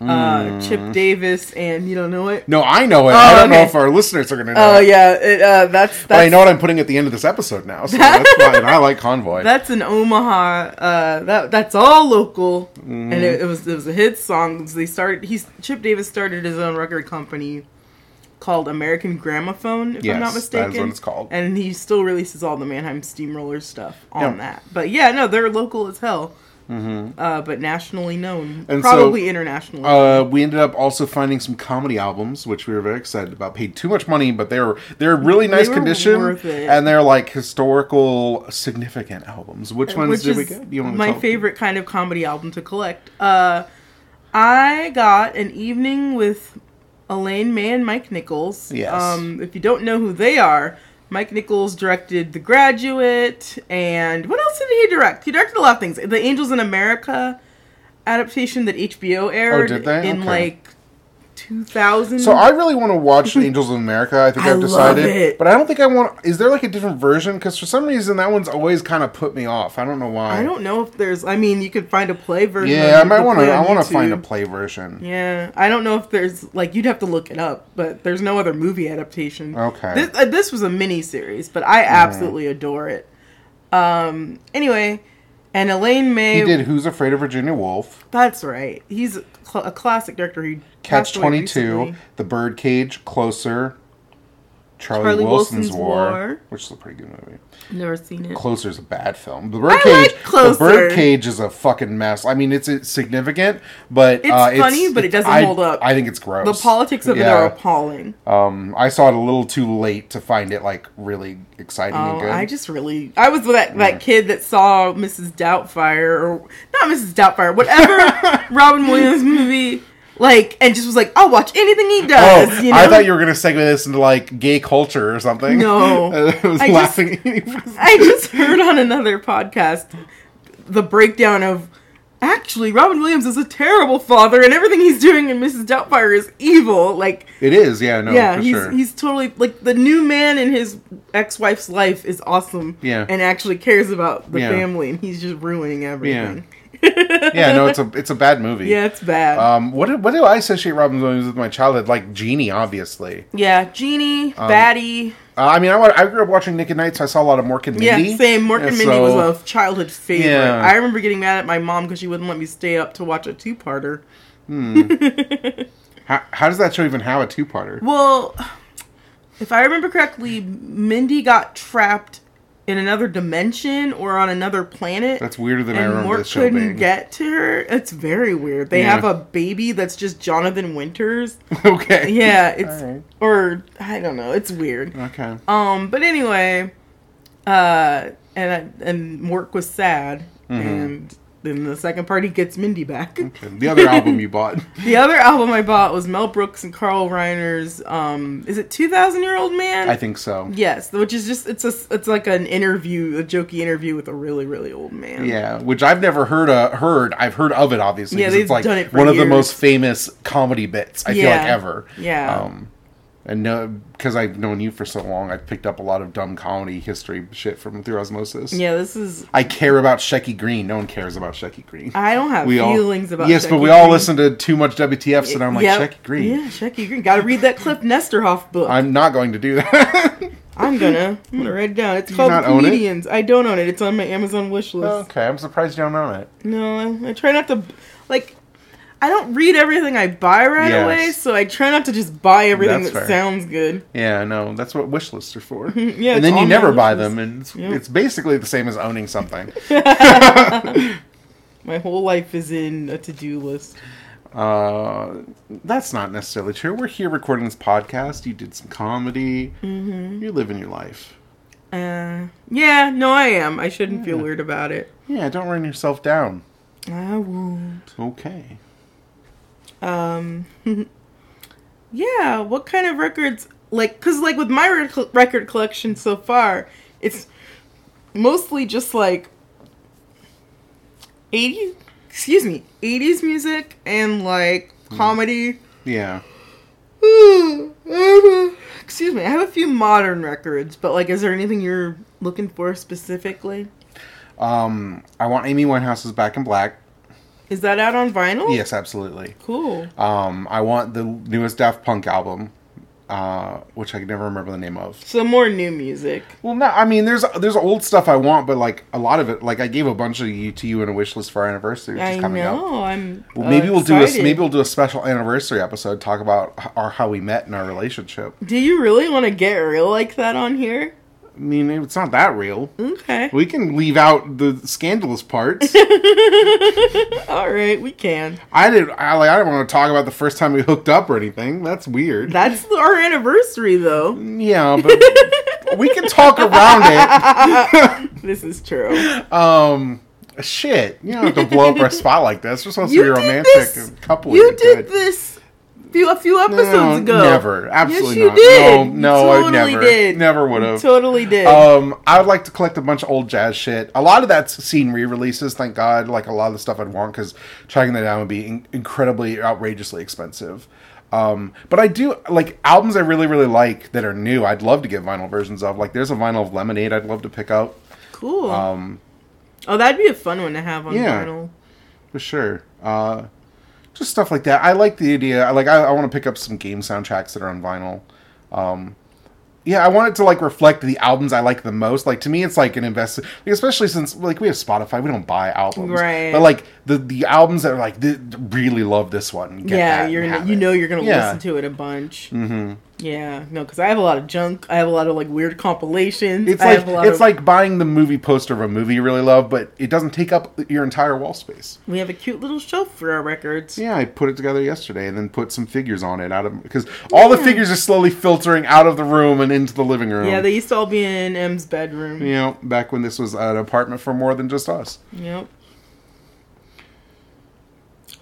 Speaker 2: uh,
Speaker 1: Mm.
Speaker 2: Chip Davis and you don't know it.
Speaker 1: no, I know it. I don't know
Speaker 2: Oh, okay.
Speaker 1: if our listeners are going to know.
Speaker 2: Oh
Speaker 1: it.
Speaker 2: yeah, it, uh, that's
Speaker 1: But I
Speaker 2: that's
Speaker 1: know what I'm putting at the end of this episode now, so that's fine. I like Convoy.
Speaker 2: That's an Omaha. Uh, that that's all local,
Speaker 1: Mm-hmm.
Speaker 2: and it, it was it was a hit song. They started. He Chip Davis started his own record company called American Gramophone, if I'm
Speaker 1: Yes,
Speaker 2: not
Speaker 1: that is
Speaker 2: mistaken.
Speaker 1: what it's called.
Speaker 2: And he still releases all the Mannheim Steamroller stuff on
Speaker 1: Yeah. Mm-hmm.
Speaker 2: that. But yeah, no, they're local as hell. Uh, but nationally known,
Speaker 1: And so,
Speaker 2: probably internationally.
Speaker 1: uh, we ended up also finding some comedy albums, which we were very excited about. Paid too much money, but they were they're in really nice
Speaker 2: were
Speaker 1: condition,
Speaker 2: worth it.
Speaker 1: and they're like historical significant albums. Which ones
Speaker 2: Uh, which
Speaker 1: did we
Speaker 2: is
Speaker 1: get? Do you want to
Speaker 2: my
Speaker 1: tell-
Speaker 2: favorite kind of comedy album to collect. Uh, I got an evening with Elaine May and Mike Nichols.
Speaker 1: Yes.
Speaker 2: Um, if you don't know who they are, Mike Nichols directed The Graduate, and what else did he direct? He directed a lot of things. The Angels in America adaptation that HBO aired
Speaker 1: Oh, did they?
Speaker 2: in
Speaker 1: Okay.
Speaker 2: like 2000.
Speaker 1: So I really want to watch Angels in America. I think
Speaker 2: I
Speaker 1: I've
Speaker 2: love
Speaker 1: decided,
Speaker 2: it.
Speaker 1: but I don't think I want. Is there like a different version? Because for some reason that one's always kind of put me off. I don't know why.
Speaker 2: I don't know if there's. I mean, you could find a play version.
Speaker 1: Yeah,
Speaker 2: of
Speaker 1: I
Speaker 2: it.
Speaker 1: might
Speaker 2: You could
Speaker 1: want
Speaker 2: play
Speaker 1: to.
Speaker 2: on
Speaker 1: I want to find a
Speaker 2: YouTube.
Speaker 1: play version.
Speaker 2: Yeah, I don't know if there's like you'd have to look it up, but there's no other movie adaptation.
Speaker 1: Okay.
Speaker 2: this, uh, this was a mini series, but I absolutely adore it. Um, anyway, and Elaine May.
Speaker 1: He did. Who's Afraid of Virginia Woolf?
Speaker 2: That's right. He's a, cl- a classic director who
Speaker 1: Catch
Speaker 2: passed away
Speaker 1: Twenty Two,
Speaker 2: recently.
Speaker 1: The Birdcage, Closer, Charlie,
Speaker 2: Charlie
Speaker 1: Wilson's,
Speaker 2: Wilson's
Speaker 1: War,
Speaker 2: War.
Speaker 1: which is a pretty good movie.
Speaker 2: Never seen it.
Speaker 1: Closer's a bad film. The Birdcage,
Speaker 2: like Closer.
Speaker 1: the Birdcage is a fucking mess. I mean, it's, it's significant, but
Speaker 2: It's
Speaker 1: uh,
Speaker 2: funny, but it doesn't
Speaker 1: I-
Speaker 2: hold up.
Speaker 1: I think it's gross.
Speaker 2: the politics of it are appalling.
Speaker 1: Um, I saw it a little too late to find it like really exciting and
Speaker 2: Oh,
Speaker 1: good.
Speaker 2: I just really I was that that kid that saw Mrs. Doubtfire or not Mrs. Doubtfire, whatever Robin Williams movie, like and just was like, I'll watch anything he does.
Speaker 1: Oh,
Speaker 2: you know?
Speaker 1: I thought you were gonna segue this into like gay culture or something.
Speaker 2: No.
Speaker 1: I was
Speaker 2: I just-
Speaker 1: laughing.
Speaker 2: I just heard on another podcast the breakdown of actually Robin Williams is a terrible father and everything he's doing in Mrs. Doubtfire is evil. Like
Speaker 1: it is, yeah, no,
Speaker 2: yeah,
Speaker 1: Oh, for
Speaker 2: he's
Speaker 1: sure.
Speaker 2: he's totally like the new man in his ex-wife's life is awesome.
Speaker 1: Yeah.
Speaker 2: and actually cares about the
Speaker 1: Yeah.
Speaker 2: family, and he's just ruining everything.
Speaker 1: yeah, no, it's a it's a bad movie.
Speaker 2: Yeah, it's bad.
Speaker 1: Um, what do, what do I associate Robin Williams with my childhood? Like Genie, obviously.
Speaker 2: yeah, Genie, Batty.
Speaker 1: Uh, I mean, I, wa- I grew up watching Nick at Night, so I saw a lot of Mork and
Speaker 2: Yeah,
Speaker 1: Mindy.
Speaker 2: same. Mork and Mindy
Speaker 1: so-
Speaker 2: was a childhood favorite.
Speaker 1: Yeah.
Speaker 2: I remember getting mad at my mom because she wouldn't let me stay up to watch a two-parter
Speaker 1: How, how does that show even have a two-parter?
Speaker 2: Well, if I remember correctly, Mindy got trapped in another dimension or on another planet.
Speaker 1: That's weirder than I
Speaker 2: and
Speaker 1: remember
Speaker 2: Mort
Speaker 1: the show
Speaker 2: couldn't
Speaker 1: being.
Speaker 2: get to her. It's very weird. They
Speaker 1: Yeah.
Speaker 2: have a baby that's just Jonathan Winters.
Speaker 1: okay.
Speaker 2: Yeah, it's
Speaker 1: Alright.
Speaker 2: or I don't know. It's weird.
Speaker 1: Okay.
Speaker 2: Um, but anyway, uh, and I, and Mork was sad,
Speaker 1: Mm-hmm.
Speaker 2: and then the second part he gets Mindy back.
Speaker 1: The other album you bought.
Speaker 2: The other album I bought was Mel Brooks and Carl Reiner's. Um, is it Two Thousand Year Old Man?
Speaker 1: I think so.
Speaker 2: Yes, which is just it's a it's like an interview, a jokey interview with a really really old man.
Speaker 1: Yeah, which I've never heard of, heard. I've heard of it obviously.
Speaker 2: Yeah,
Speaker 1: 'cause
Speaker 2: they've
Speaker 1: it's like
Speaker 2: done it for
Speaker 1: one of the
Speaker 2: years.
Speaker 1: most famous comedy bits I feel
Speaker 2: Yeah.
Speaker 1: like ever.
Speaker 2: Yeah.
Speaker 1: Um, and no, because I've known you for so long, I've picked up a lot of dumb comedy history shit from through osmosis.
Speaker 2: yeah. This is
Speaker 1: I care about Shecky Green. No one cares about Shecky Green.
Speaker 2: I don't have feelings
Speaker 1: all,
Speaker 2: about
Speaker 1: yes, but
Speaker 2: Shecky
Speaker 1: we all
Speaker 2: Green.
Speaker 1: listen to too much WTF, so now I'm like
Speaker 2: Yep.
Speaker 1: Shecky Green.
Speaker 2: Yeah, Shecky Green. Got to read that Cliff Nesterhoff book. I'm,
Speaker 1: I'm not going to do that.
Speaker 2: gonna I'm gonna write it down. It's called
Speaker 1: not
Speaker 2: The
Speaker 1: own it? Oh.
Speaker 2: Comedians. I don't own it. It's on my Amazon wish list.
Speaker 1: okay, I'm surprised you don't own it.
Speaker 2: No, I, I try not to like. I don't read everything I buy right
Speaker 1: Yes.
Speaker 2: away, so I try not to just buy everything
Speaker 1: That's
Speaker 2: that
Speaker 1: fair.
Speaker 2: sounds good.
Speaker 1: Yeah, no, that's what wish lists are for.
Speaker 2: Yeah, it's
Speaker 1: and then you
Speaker 2: on my
Speaker 1: never
Speaker 2: wish
Speaker 1: buy
Speaker 2: list.
Speaker 1: them, and it's,
Speaker 2: Yep.
Speaker 1: it's basically the same as owning something.
Speaker 2: My whole life is in a to-do list.
Speaker 1: Uh, that's not necessarily true. We're here recording this podcast. You did some comedy.
Speaker 2: Mm-hmm.
Speaker 1: You're living your life.
Speaker 2: Uh, yeah, no, I am. I shouldn't feel weird about it.
Speaker 1: Yeah, don't run yourself down.
Speaker 2: I won't.
Speaker 1: Okay.
Speaker 2: Um, yeah. What kind of records? Like, cause like with my rec- record collection so far, it's mostly just like eighty. Excuse me, eighties music and like
Speaker 1: Hmm.
Speaker 2: comedy.
Speaker 1: Yeah.
Speaker 2: excuse me. I have a few modern records, but like, is there anything you're looking for specifically?
Speaker 1: Um, I want Amy Winehouse's Back in Black.
Speaker 2: Is that out on vinyl?
Speaker 1: Yes, absolutely.
Speaker 2: Cool.
Speaker 1: Um, I want the newest Daft Punk album, uh, which I can never remember the name of.
Speaker 2: So more new music.
Speaker 1: Well, no, I mean, there's there's old stuff I want, but like a lot of it, like I gave a bunch of you to you in a wish list for our anniversary, which
Speaker 2: I
Speaker 1: is coming up.
Speaker 2: know. I'm.
Speaker 1: Well, maybe
Speaker 2: uh,
Speaker 1: we'll do a
Speaker 2: excited.
Speaker 1: maybe we'll do a special anniversary episode, talk about h- our how we met and our relationship.
Speaker 2: Do you really want to get real like that on here?
Speaker 1: I mean, it's not that real.
Speaker 2: Okay.
Speaker 1: We can leave out the scandalous parts.
Speaker 2: All right, we can.
Speaker 1: I did. I like. I didn't want to talk about the first time we hooked up or anything. That's weird.
Speaker 2: That's the- our anniversary, though.
Speaker 1: yeah, but we can talk around it.
Speaker 2: This is true.
Speaker 1: Um, shit. You don't have to blow up our spot like this. We're supposed
Speaker 2: You
Speaker 1: to be
Speaker 2: did
Speaker 1: romantic
Speaker 2: this-
Speaker 1: and couple.
Speaker 2: You did this few, a few episodes ago.
Speaker 1: Never. Absolutely
Speaker 2: you
Speaker 1: not.
Speaker 2: did.
Speaker 1: No,
Speaker 2: You
Speaker 1: no, I
Speaker 2: totally
Speaker 1: never.
Speaker 2: did.
Speaker 1: Never would have.
Speaker 2: Totally did.
Speaker 1: Um, I would like to collect a bunch of old jazz shit. A lot of that's seen re-releases, thank God. Like a lot of the stuff I'd want because tracking that down would be in- incredibly, outrageously expensive. Um, but I do like albums I really, really like that are new. I'd love to get vinyl versions of. Like, there's a vinyl of Lemonade I'd love to pick up Um,
Speaker 2: cool. oh, that'd be a fun one to have on
Speaker 1: uh, Yeah.
Speaker 2: vinyl.
Speaker 1: for sure. Uh, just stuff like that. I like the idea. I like. I, I want to pick up some game soundtracks that are on vinyl. Um, yeah, I want it to like reflect the albums I like the most. Like to me, it's like an investment, like, especially since like we have Spotify, we don't buy albums,
Speaker 2: Right.
Speaker 1: But like the the albums that are like th- really love this one. Get
Speaker 2: yeah,
Speaker 1: that
Speaker 2: you're
Speaker 1: and
Speaker 2: gonna,
Speaker 1: have
Speaker 2: you
Speaker 1: it.
Speaker 2: know you're gonna
Speaker 1: Yeah.
Speaker 2: listen to it a bunch. Mm-hmm. Yeah, no, because I have a lot of junk. I have a lot of like weird compilations.
Speaker 1: It's
Speaker 2: I
Speaker 1: like
Speaker 2: have a lot
Speaker 1: it's
Speaker 2: of,
Speaker 1: like buying the movie poster of a movie you really love, but it doesn't take up your entire wall space.
Speaker 2: we have a cute little shelf for our records.
Speaker 1: Yeah, I put it together yesterday and then put some figures on it out of because all the figures are slowly filtering out of the room and into the living room.
Speaker 2: Yeah, they used to all be in M's bedroom.
Speaker 1: you know, back when this was an apartment for more than just us.
Speaker 2: Yep.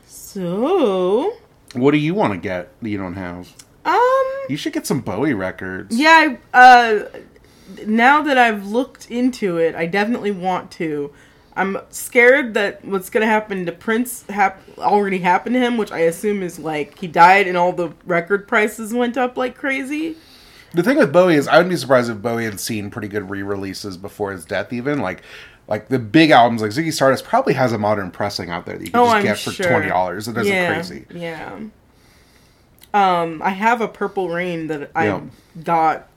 Speaker 2: So,
Speaker 1: What do you want to get that you don't have?
Speaker 2: um,
Speaker 1: You should get some Bowie records.
Speaker 2: yeah, I, uh, now that I've looked into it, I definitely want to. I'm scared that what's gonna happen to Prince hap- already happened to him, which I assume is like he died and all the record prices went up like crazy.
Speaker 1: The thing with Bowie is I wouldn't be surprised if Bowie had seen pretty good re-releases before his death even like like the big albums like Ziggy Stardust probably has a modern pressing out there that you can
Speaker 2: Oh,
Speaker 1: just
Speaker 2: I'm
Speaker 1: get for
Speaker 2: sure.
Speaker 1: twenty dollars. It isn't
Speaker 2: yeah,
Speaker 1: crazy.
Speaker 2: Yeah. Um, I have a Purple Rain that I
Speaker 1: Yeah.
Speaker 2: got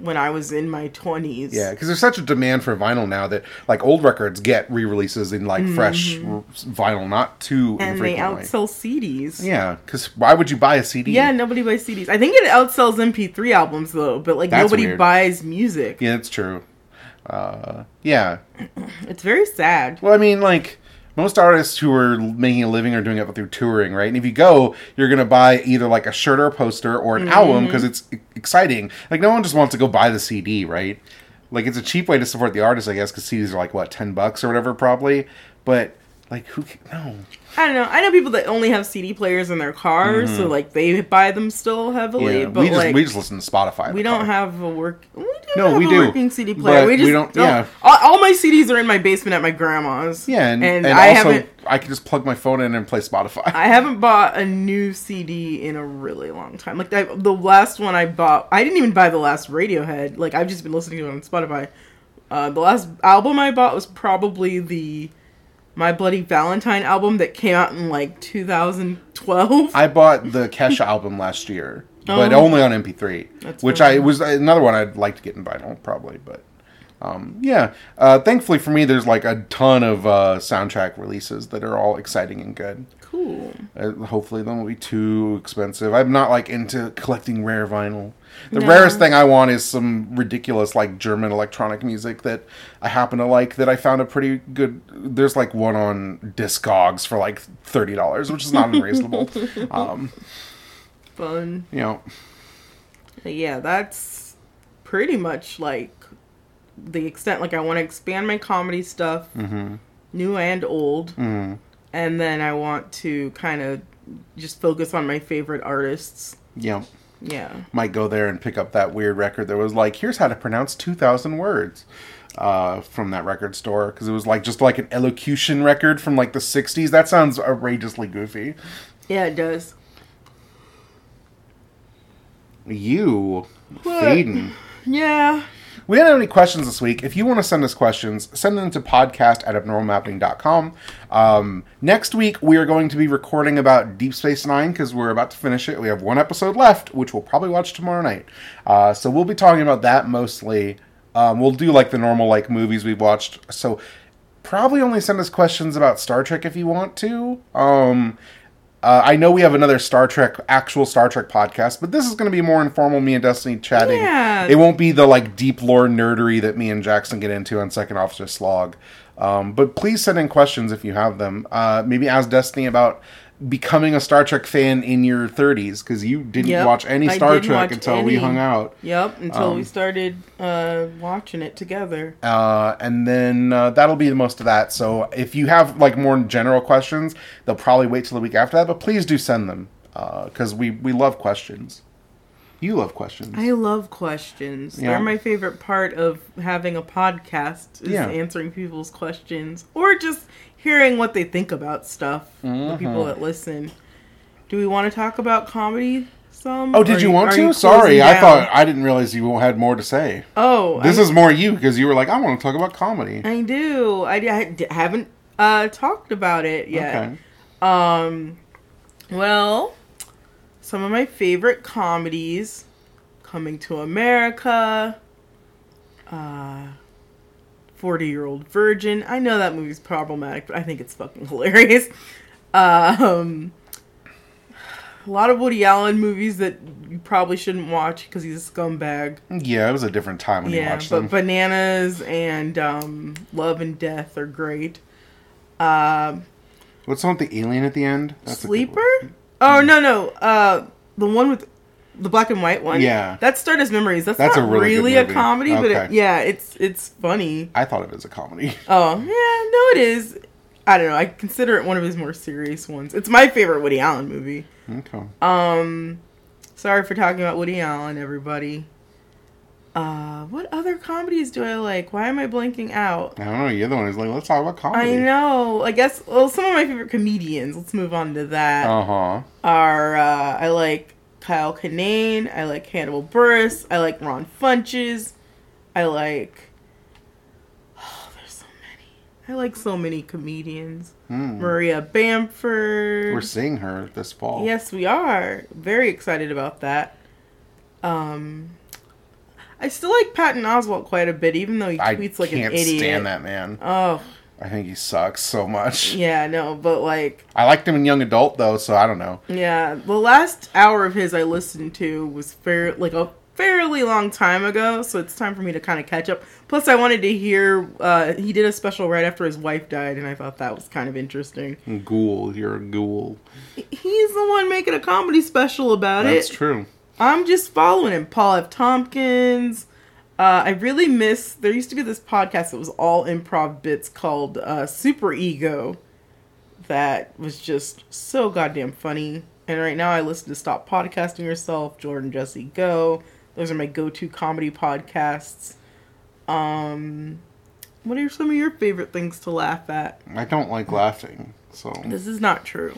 Speaker 2: when I was in my twenties.
Speaker 1: Yeah, because there's such a demand for vinyl now that like old records get re-releases in like fresh r- vinyl, not too
Speaker 2: Mm-hmm. and they
Speaker 1: infrequently.
Speaker 2: outsell CDs.
Speaker 1: yeah, because why would you buy a CD?
Speaker 2: Yeah, nobody buys CDs. I think it outsells MP3 albums though, but like
Speaker 1: That's
Speaker 2: nobody
Speaker 1: weird.
Speaker 2: buys music.
Speaker 1: yeah, it's true. Uh, yeah,
Speaker 2: It's very sad.
Speaker 1: Well, I mean, like most artists who are making a living are doing it through touring, right? And if you go, you're gonna buy either like a shirt or a poster or an
Speaker 2: Mm-hmm.
Speaker 1: album because it's e- exciting. Like no one just wants to go buy the CD, right? Like it's a cheap way to support the artist, I guess, because CDs are like what ten bucks or whatever, probably. But like, who? Ca- no,
Speaker 2: I don't know. I know people that only have CD players in their cars, so like they buy them still heavily.
Speaker 1: Mm-hmm. yeah.
Speaker 2: But
Speaker 1: we just
Speaker 2: like
Speaker 1: we just listen to Spotify. in
Speaker 2: We
Speaker 1: the
Speaker 2: don't
Speaker 1: car.
Speaker 2: have a work. We do
Speaker 1: No,
Speaker 2: have
Speaker 1: we
Speaker 2: a
Speaker 1: do,
Speaker 2: working CD player.
Speaker 1: but
Speaker 2: we just
Speaker 1: we don't-
Speaker 2: don't.
Speaker 1: yeah.
Speaker 2: All, all my CDs are in my basement at my grandma's.
Speaker 1: Yeah, and, and,
Speaker 2: I
Speaker 1: also
Speaker 2: haven't.
Speaker 1: I can just plug my phone in and play Spotify.
Speaker 2: I haven't bought a new CD in a really long time. Like I, the last one I bought, I didn't even buy the last Radiohead. Like I've just been listening to it on Spotify. Uh, the last album I bought was probably the My Bloody Valentine album that came out in like 2012.
Speaker 1: I bought the Kesha album last year, but
Speaker 2: Oh.
Speaker 1: only on MP3,
Speaker 2: That's
Speaker 1: which
Speaker 2: fine.
Speaker 1: I was another one I'd like to get in vinyl probably, but um, yeah. Uh, thankfully for me, there's like a ton of uh, soundtrack releases that are all exciting and good.
Speaker 2: cool.
Speaker 1: Uh, hopefully, they won't be too expensive. I'm not like into collecting rare vinyl. The rarest thing I want is some ridiculous like German electronic music that I happen to like that I found a pretty good. There's like one on Discogs for like thirty dollars, which is not unreasonable. um,
Speaker 2: Fun.
Speaker 1: you know.
Speaker 2: But yeah, that's pretty much like the extent. Like, I want to expand my comedy stuff, new and old, and then I want to kind of just focus on my favorite artists.
Speaker 1: Yeah.
Speaker 2: Yeah,
Speaker 1: Might go there and pick up that weird record that was like, here's how to pronounce 2,000 words uh, from that record store. Because it was like just like an elocution record from like the 60s. That sounds outrageously goofy.
Speaker 2: yeah, it does.
Speaker 1: You,
Speaker 2: What?
Speaker 1: Faden.
Speaker 2: Yeah,
Speaker 1: We don't have any questions this week. If you want to send us questions, send them to podcast at abnormalmapping.com. Um, next week, we are going to be recording about Deep Space Nine because we're about to finish it. We have one episode left, which we'll probably watch tomorrow night. Uh, so we'll be talking about that mostly. Um, we'll do like the normal like movies we've watched. So probably only send us questions about Star Trek if you want to. Um, uh, I know we have another Star Trek, actual Star Trek podcast, but this is going to be more informal. Me and Destiny chatting.
Speaker 2: Yeah.
Speaker 1: It won't be the like deep lore nerdery that me and Jackson get into on Second Officer Slog. Um, but please send in questions if you have them. Uh, maybe ask Destiny about becoming a Star Trek fan in your 30s because you didn't
Speaker 2: Yep,
Speaker 1: watch any
Speaker 2: I
Speaker 1: Star
Speaker 2: didn't
Speaker 1: Trek
Speaker 2: watch
Speaker 1: until we
Speaker 2: any.
Speaker 1: hung out.
Speaker 2: yep. Until we started uh, watching it together.
Speaker 1: Uh, and then uh, that'll be the most of that. So if you have like more general questions, they'll probably wait till the week after that. But please do send them because we we love questions. You love questions.
Speaker 2: I love questions.
Speaker 1: Yeah.
Speaker 2: They're my favorite part of having a podcast is
Speaker 1: Yeah.
Speaker 2: answering people's questions or just hearing what they think about stuff.
Speaker 1: Mm-hmm.
Speaker 2: The people that listen. Do we want to talk about comedy some?
Speaker 1: oh, did
Speaker 2: Are
Speaker 1: you want
Speaker 2: are
Speaker 1: to?
Speaker 2: closing
Speaker 1: Sorry, I
Speaker 2: down?
Speaker 1: thought I didn't realize you had more to say.
Speaker 2: Oh,
Speaker 1: This
Speaker 2: I,
Speaker 1: is more you because you were like, I want to talk about comedy.
Speaker 2: I do. I, I d- haven't uh, talked about it yet.
Speaker 1: Okay.
Speaker 2: Um, well, some of my favorite comedies: Coming to America, uh, Forty Year Old Virgin. I know that movie's problematic, but I think it's fucking hilarious. Um, a lot of Woody Allen movies that you probably shouldn't watch because he's a scumbag.
Speaker 1: Yeah, it was a different time when you
Speaker 2: Yeah,
Speaker 1: watched them.
Speaker 2: but Bananas and um, Love and Death are great. Um.
Speaker 1: What's on the alien at the end? That's a good
Speaker 2: Sleeper?
Speaker 1: one. Mm-hmm.
Speaker 2: Oh no no, uh, the one with the black and white one.
Speaker 1: Yeah.
Speaker 2: that's Stardust Memories. That's,
Speaker 1: That's
Speaker 2: not
Speaker 1: a really
Speaker 2: really,
Speaker 1: good
Speaker 2: a
Speaker 1: movie.
Speaker 2: comedy, but it,
Speaker 1: Okay.
Speaker 2: yeah, it's it's funny.
Speaker 1: I thought it was a comedy.
Speaker 2: Oh yeah, no, it is. I don't know. I consider it one of his more serious ones. It's my favorite Woody Allen movie.
Speaker 1: okay.
Speaker 2: Um, sorry for talking about Woody Allen, everybody. Uh, what other comedies do I like? Why am I blanking out?
Speaker 1: I don't know. You're the one who's like, let's talk about comedy.
Speaker 2: I know. I guess. Well, some of my favorite comedians. Let's move on to that.
Speaker 1: Uh huh.
Speaker 2: are uh, I like Kyle Kinane, I like Hannibal Burris, I like Ron Funches, I like oh, there's so many. I like so many comedians.
Speaker 1: Hmm.
Speaker 2: Maria Bamford.
Speaker 1: We're seeing her this fall.
Speaker 2: yes, we are. Very excited about that. Um I still like Patton Oswalt quite a bit, even though he
Speaker 1: I
Speaker 2: tweets like
Speaker 1: can't
Speaker 2: an idiot.
Speaker 1: stand that man.
Speaker 2: Oh,
Speaker 1: I think he sucks so much.
Speaker 2: yeah, no, but like,
Speaker 1: I liked him in Young Adult though, so I don't know.
Speaker 2: yeah, the last hour of his I listened to was fair, like a fairly long time ago, so it's time for me to kind of catch up. Plus, I wanted to hear uh, he did a special right after his wife died, and I thought that was kind of interesting.
Speaker 1: Ghoul, you're a ghoul.
Speaker 2: He's the one making a comedy special about
Speaker 1: That's
Speaker 2: it.
Speaker 1: true.
Speaker 2: I'm just following him. Paul F. Tompkins. Uh, I really miss. There used to be this podcast that was all improv bits called uh, Super Ego, that was just so goddamn funny. And right now, I listen to Stop Podcasting Yourself, Jordan Jesse Go. Those are my go-to comedy podcasts. Um, what are some of your favorite things to laugh at?
Speaker 1: I don't like laughing, so
Speaker 2: This is not true.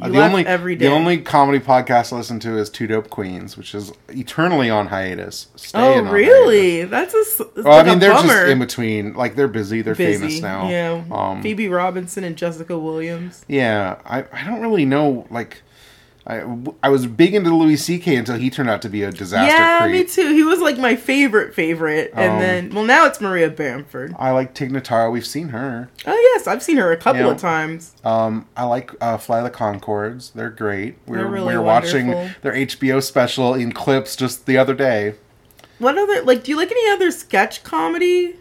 Speaker 2: You
Speaker 1: Uh,
Speaker 2: laugh every day.
Speaker 1: the only comedy podcast I listen to is Two Dope Queens, which is eternally on hiatus.
Speaker 2: oh
Speaker 1: staying on hiatus.
Speaker 2: really? That's a. s- It's
Speaker 1: Well,
Speaker 2: like
Speaker 1: I mean,
Speaker 2: a
Speaker 1: they're
Speaker 2: bummer.
Speaker 1: just in between. Like they're busy. They're famous now.
Speaker 2: Yeah.
Speaker 1: Um,
Speaker 2: Phoebe Robinson and Jessica Williams.
Speaker 1: Yeah, I, I don't really know. Like, I, I was big into Louis C.K. until he turned out to be a disaster.
Speaker 2: Yeah,
Speaker 1: creep.
Speaker 2: me too. He was like my favorite favorite. And
Speaker 1: Um,
Speaker 2: then well now it's Maria Bamford.
Speaker 1: I like Tig Notaro. We've seen her.
Speaker 2: Oh yes, I've seen her a couple
Speaker 1: Yeah.
Speaker 2: of times.
Speaker 1: Um, I like uh, Fly the Concords. They're great. We
Speaker 2: They're
Speaker 1: We're
Speaker 2: really
Speaker 1: we we're watching
Speaker 2: wonderful.
Speaker 1: their HBO special in clips just the other day.
Speaker 2: What other like do you like any other sketch comedy?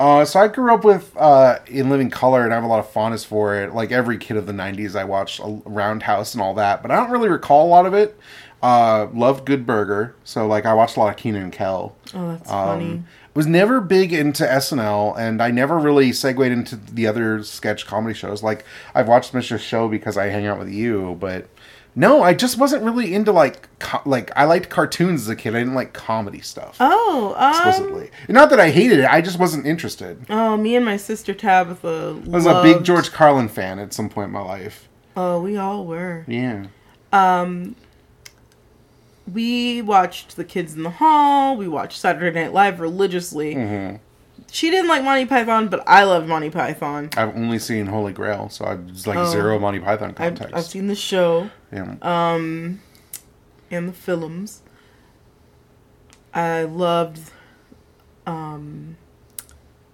Speaker 1: Uh, so I grew up with uh, In Living Color, and I have a lot of fondness for it. Like every kid of the '90s, I watched a Roundhouse and all that, but I don't really recall a lot of it. Uh, loved Good Burger, so like I watched a lot of Keenan and Kel.
Speaker 2: Oh that's funny.
Speaker 1: Um, was never big into SNL, and I never really segued into the other sketch comedy shows. Like I've watched Mr. Show because I hang out with you, but no, I just wasn't really into like co- like I liked cartoons as a kid. I didn't like comedy stuff
Speaker 2: Oh, um,
Speaker 1: explicitly. Not that I hated it, I just wasn't interested.
Speaker 2: oh, me and my sister Tabitha
Speaker 1: I was a big George Carlin fan at some point in my life.
Speaker 2: Oh, we all were.
Speaker 1: Yeah.
Speaker 2: we watched The Kids in the Hall. We watched Saturday Night Live religiously.
Speaker 1: Hmm. Mm-hmm.
Speaker 2: She didn't like Monty Python, but I love Monty Python.
Speaker 1: I've only seen Holy Grail, so I was like
Speaker 2: Oh.
Speaker 1: zero Monty Python
Speaker 2: I've,
Speaker 1: context.
Speaker 2: I've seen the show
Speaker 1: yeah.
Speaker 2: and the films. I loved, um,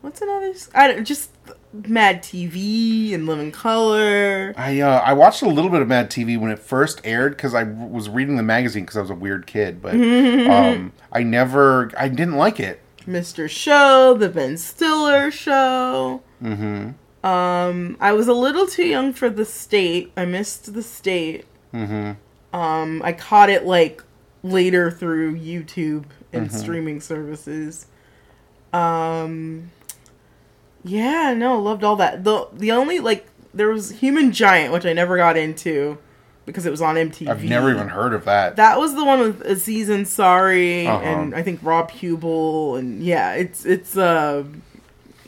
Speaker 2: what's another? s- I don't, just Mad TV and Living Color.
Speaker 1: I uh, I watched a little bit of Mad TV when it first aired because I w- was reading the magazine because I was a weird kid, but um, I never I didn't like it.
Speaker 2: Mr. Show, the Ben Stiller show. Mm-hmm. Um, I was a little too young for the state. I missed the state. Mm-hmm. Um, I caught it like later through YouTube
Speaker 1: Mm-hmm.
Speaker 2: and streaming services. Um, yeah, no, loved all that. the The only like there was Human Giant, which I never got into because it was on MTV.
Speaker 1: I've never even heard of that.
Speaker 2: That was the one with Aziz Ansari
Speaker 1: Uh-huh.
Speaker 2: and I think Rob Hubel and yeah, it's it's uh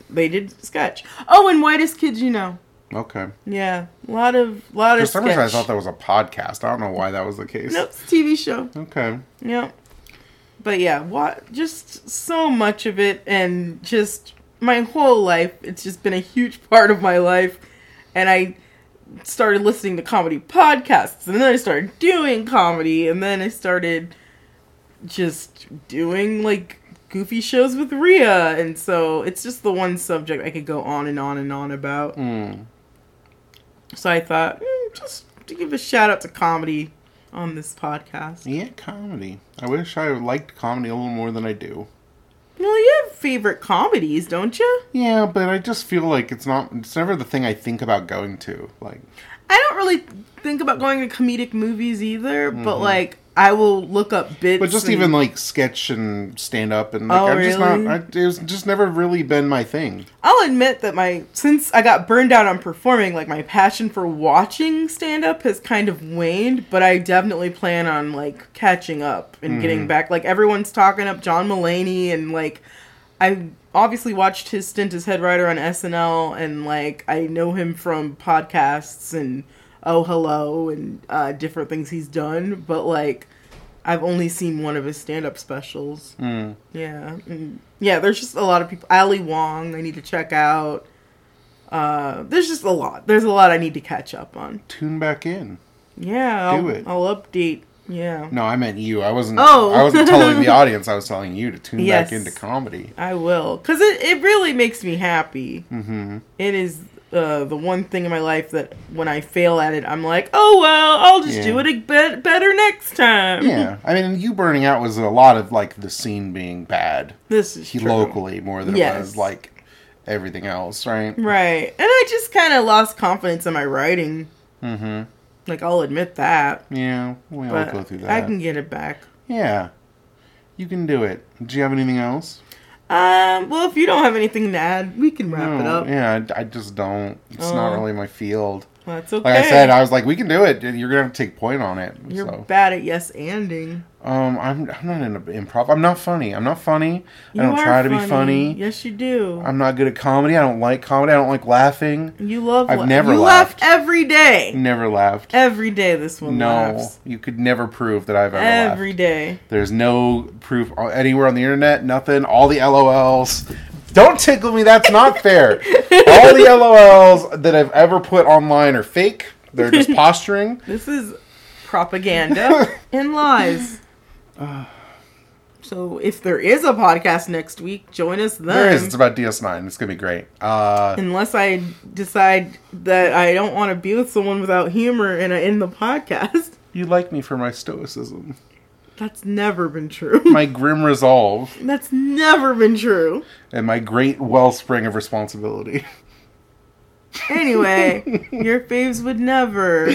Speaker 2: they did sketch. Oh, and Whitest Kids You Know.
Speaker 1: okay.
Speaker 2: Yeah, a lot of lot
Speaker 1: For
Speaker 2: of
Speaker 1: some
Speaker 2: sketch.
Speaker 1: reason, I thought that was a podcast. I don't know why that was the case.
Speaker 2: Nope, it's a TV show.
Speaker 1: Okay.
Speaker 2: Yeah, but yeah, what just so much of it and just my whole life. It's just been a huge part of my life, and I started listening to comedy podcasts and then I started doing comedy and then I started just doing like goofy shows with Rhea and so it's just the one subject I could go on and on and on about.
Speaker 1: Mm.
Speaker 2: So I thought mm, just to give a shout out to comedy on this podcast.
Speaker 1: Yeah, comedy. I wish I liked comedy a little more than I do.
Speaker 2: Well, you have favorite comedies, don't you?
Speaker 1: Yeah, but I just feel like it's not. It's never the thing I think about going to. Like,
Speaker 2: I don't really think about going to comedic movies either, but like I will look up bits.
Speaker 1: Mm-hmm. but just
Speaker 2: and-
Speaker 1: even like sketch and stand up and like
Speaker 2: Oh,
Speaker 1: I'm just
Speaker 2: really?
Speaker 1: not. I, it's just never really been my thing.
Speaker 2: I'll admit that my since I got burned out on performing, like my passion for watching stand up has kind of waned, but I definitely plan on like catching up and getting back. Like everyone's talking up John Mulaney and like I obviously watched his stint as head writer on SNL and like I know him from podcasts and Oh Hello and uh, different things he's done, but like I've only seen one of his stand up specials.
Speaker 1: Mm.
Speaker 2: Yeah. mm. Yeah, there's just a lot of people. Ali Wong, I need to check out. Uh, there's just a lot. There's a lot I need to catch up on.
Speaker 1: Tune back in.
Speaker 2: Yeah, I'll,
Speaker 1: Do it.
Speaker 2: I'll update Yeah.
Speaker 1: No, I meant you. I wasn't.
Speaker 2: Oh.
Speaker 1: I wasn't telling the audience. I was telling you to tune
Speaker 2: Yes.
Speaker 1: back into comedy.
Speaker 2: I will, cause it, it really makes me happy.
Speaker 1: hmm
Speaker 2: It is uh, the one thing in my life that when I fail at it, I'm like, oh well, I'll just
Speaker 1: Yeah.
Speaker 2: do it a bit better next time.
Speaker 1: Yeah, I mean, you burning out was a lot of like the scene being bad
Speaker 2: This is
Speaker 1: he-
Speaker 2: true.
Speaker 1: locally more than it
Speaker 2: Yes.
Speaker 1: was like everything else, right?
Speaker 2: right? And I just kind of lost confidence in my writing.
Speaker 1: Mm-hmm.
Speaker 2: Like I'll admit that,
Speaker 1: Yeah, we all
Speaker 2: but
Speaker 1: go through that.
Speaker 2: I can get it back.
Speaker 1: Yeah, you can do it. Do you have anything else?
Speaker 2: Um, well, if you don't have anything to add, we can wrap it
Speaker 1: No,
Speaker 2: up.
Speaker 1: Yeah, I, I just don't. It's not
Speaker 2: Oh.
Speaker 1: really my field.
Speaker 2: That's okay.
Speaker 1: Like I said, I was like, we can do it. You're gonna have to take point on it.
Speaker 2: You're
Speaker 1: so.
Speaker 2: bad at yes anding.
Speaker 1: Um, I'm I'm not in a improv. I'm not funny. I'm not funny.
Speaker 2: You
Speaker 1: I don't
Speaker 2: are
Speaker 1: try to be funny.
Speaker 2: Yes, you do.
Speaker 1: I'm not good at comedy. I don't like comedy. I don't like laughing.
Speaker 2: you love.
Speaker 1: I've
Speaker 2: la-
Speaker 1: never
Speaker 2: you
Speaker 1: laughed.
Speaker 2: laugh every day.
Speaker 1: Never laughed.
Speaker 2: Every day, this one
Speaker 1: no,
Speaker 2: laughs.
Speaker 1: you could never prove that I've ever
Speaker 2: Every
Speaker 1: laughed.
Speaker 2: day.
Speaker 1: There's no proof o- anywhere on the internet. Nothing. All the LOLs. Don't tickle me. That's not fair. All the LOLs that I've ever put online are fake. They're just posturing.
Speaker 2: This is propaganda and lies. So, if there is a podcast next week, join us then.
Speaker 1: There is. It's about DS9. It's gonna be great. Uh,
Speaker 2: Unless I decide that I don't want to be with someone without humor and I end the podcast.
Speaker 1: you like me for my stoicism,
Speaker 2: That's never been true.
Speaker 1: my grim resolve.
Speaker 2: That's never been true.
Speaker 1: and my great wellspring of responsibility.
Speaker 2: Anyway, your faves would never.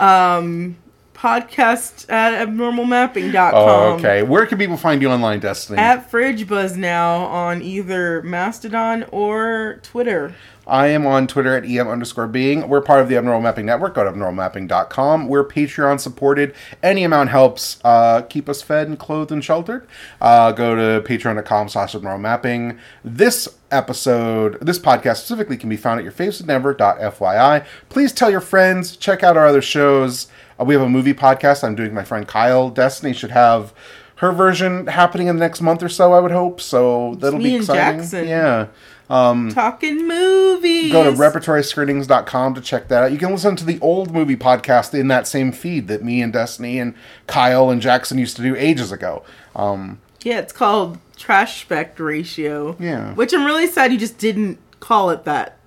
Speaker 2: Um, podcast at abnormalmapping.com.
Speaker 1: Oh, okay. Where can people find you online, Destiny?
Speaker 2: At Fridge Buzz now on either Mastodon or Twitter.
Speaker 1: I am on Twitter at em underscore being. We're part of the Abnormal Mapping Network. Go to abnormalmapping.com. We're Patreon supported. Any amount helps uh, keep us fed and clothed and sheltered. Uh, go to patreon.com slash abnormal mapping. This episode, this podcast specifically, can be found at yourfavesnetwork.fyi. Please tell your friends. Check out our other shows. Uh, we have a movie podcast I'm doing with my friend Kyle. Destiny should have her version happening in the next month or so, I would hope. So that'll
Speaker 2: me
Speaker 1: be
Speaker 2: and
Speaker 1: exciting.
Speaker 2: Jackson.
Speaker 1: Yeah.
Speaker 2: Talking movies.
Speaker 1: Hmm. Go to repertoryscreenings.com to check that out. You can listen to the old movie podcast in that same feed that me and Destiny and Kyle and Jackson used to do ages ago. Um,
Speaker 2: Yeah, it's called Trash Spect Ratio.
Speaker 1: Yeah.
Speaker 2: Which I'm really sad you just didn't call it that.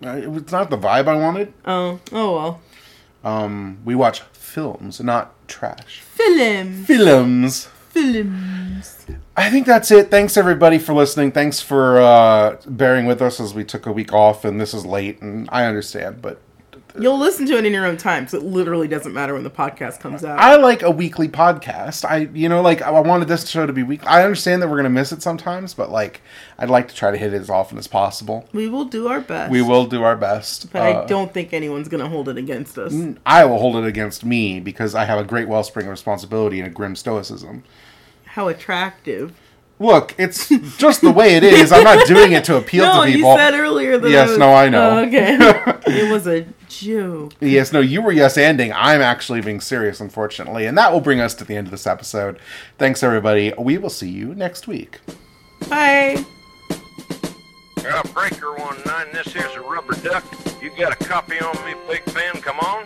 Speaker 1: it was not the vibe I wanted.
Speaker 2: Oh, oh well.
Speaker 1: Um, we watch films, not trash.
Speaker 2: Film.
Speaker 1: Films.
Speaker 2: Films.
Speaker 1: I think that's it. Thanks everybody for listening. Thanks for uh, bearing with us as we took a week off and this is late and I understand, but
Speaker 2: You'll listen to it in your own time, so it literally doesn't matter when the podcast comes out.
Speaker 1: I like a weekly podcast. I, you know, like I wanted this show to be weekly. I understand that we're gonna miss it sometimes, but like I'd like to try to hit it as often as possible.
Speaker 2: we will do our best.
Speaker 1: We will do our best.
Speaker 2: But
Speaker 1: Uh, Mm.
Speaker 2: I don't think anyone's going to hold it against us.
Speaker 1: I will hold it against me because I have a great wellspring of responsibility and a grim stoicism.
Speaker 2: How attractive.
Speaker 1: Look, it's just the way it is. I'm not doing it to appeal
Speaker 2: No,
Speaker 1: to
Speaker 2: you
Speaker 1: people.
Speaker 2: said earlier that.
Speaker 1: Yes,
Speaker 2: was-
Speaker 1: no, I know.
Speaker 2: Oh, okay. it was a joke.
Speaker 1: Yes, no, you were yes ending. I'm actually being serious, unfortunately. And that will bring us to the end of this episode. Thanks, everybody. We will see you next week.
Speaker 2: Bye.
Speaker 3: Uh, breaker one nine, this here's a rubber duck. You got a copy on me, Big Ben? Come on.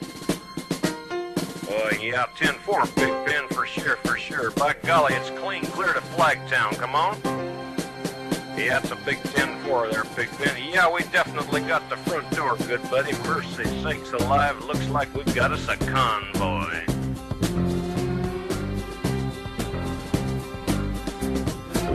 Speaker 3: Uh, yeah, ten four, Big Ben, for sure, for sure. By golly, it's clean clear to Flagtown. Come on. Yeah, it's a big ten four there, Big Ben. Yeah, we definitely got the front door, good buddy. Mercy sakes alive, looks like we got us a convoy.
Speaker 4: It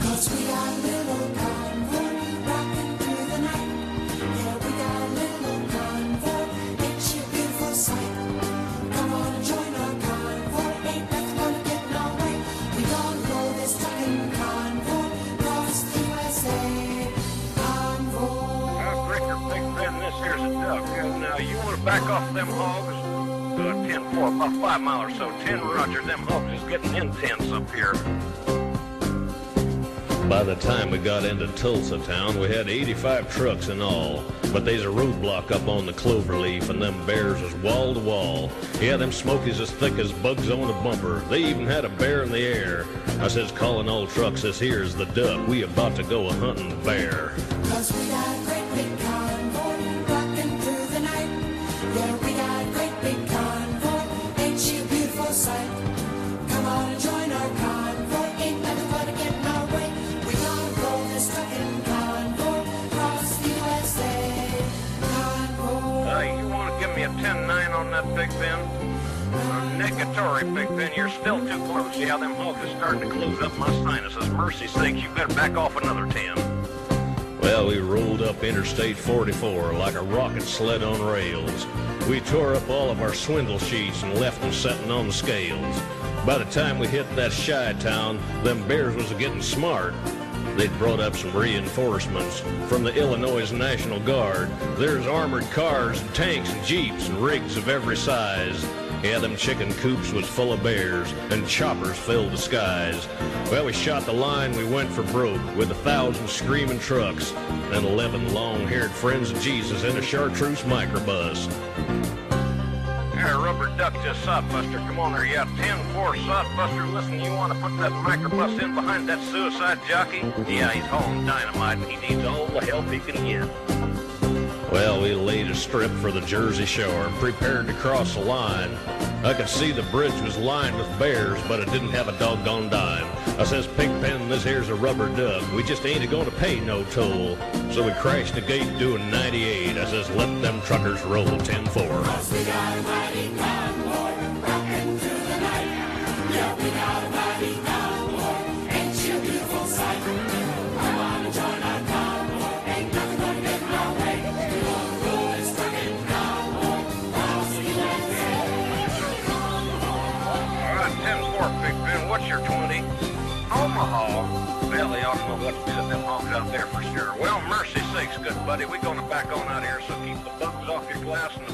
Speaker 5: Cause we got a little convoy rocking through the night. Yeah, we got a little convoy. It's a beautiful sight. Come on and join our convoy. Ain't nothing gonna get in our way. We gonna roll this trucking convoy across the USA. Convoy.
Speaker 3: Uh, Breaker, Big Ben, this here's a duck. Uh, now, you want to back off them hogs? Uh, 10 4, about 5 mile or so. 10 Roger, them hogs is getting intense up here.
Speaker 4: By the time we got into Tulsa town, we had 85 trucks in all. But they's a roadblock up on the Cloverleaf, and them bears is wall to wall. Yeah, them smokies as thick as bugs on a bumper. They even had a bear in the air. I says, calling all trucks, this here's the duck. We about to go a hunting bear.
Speaker 5: Cause we got a great big convoy rocking through the night. Yeah, we got a great big convoy. Ain't she a beautiful sight? Come on and join our convoy. Ain't nothing gonna get in our way. We gonna roll this fucking convoy across the USA. Convoy.
Speaker 3: Uh, you want to give me a 10-9 on that Big Ben? Uh, Negatory, Big Ben. You're still too close. See how them hogs is starting to close up my sinuses. Mercy sakes, you better back off another 10.
Speaker 4: Well, we rolled up Interstate 44 like a rocket sled on rails. We tore up all of our swindle sheets and left them setting on the scales. By the time we hit that shy town, them bears was getting smart. They'd brought up some reinforcements from the Illinois National Guard. There's armored cars and tanks and jeeps and rigs of every size. Yeah, them chicken coops was full of bears, and choppers filled the skies. Well, we shot the line, we went for broke, with a thousand screaming trucks, and eleven long-haired friends of Jesus in a chartreuse microbus.
Speaker 3: Here, rubber duck just sodbuster. Come on, there, you out 10 4 sodbuster. Listen, you want to put that microbus in behind that suicide jockey? Yeah, he's hauling dynamite and he needs all the help he can get.
Speaker 4: Well, we laid a strip for the Jersey Shore and prepared to cross the line. I could see the bridge was lined with bears, but it didn't have a doggone dime. I says, Pigpen, this here's a rubber duck. We just ain't going to pay no toll. So we crashed the gate doing 98. I says, let them truckers roll 10-4.
Speaker 3: All right, 10 4, Big Ben. What's your 20? Omaha. Well, they ought to know what to do to them honks out there for sure. Well, mercy sakes, good buddy. We're going to back on out here, so keep the bugs off your glass and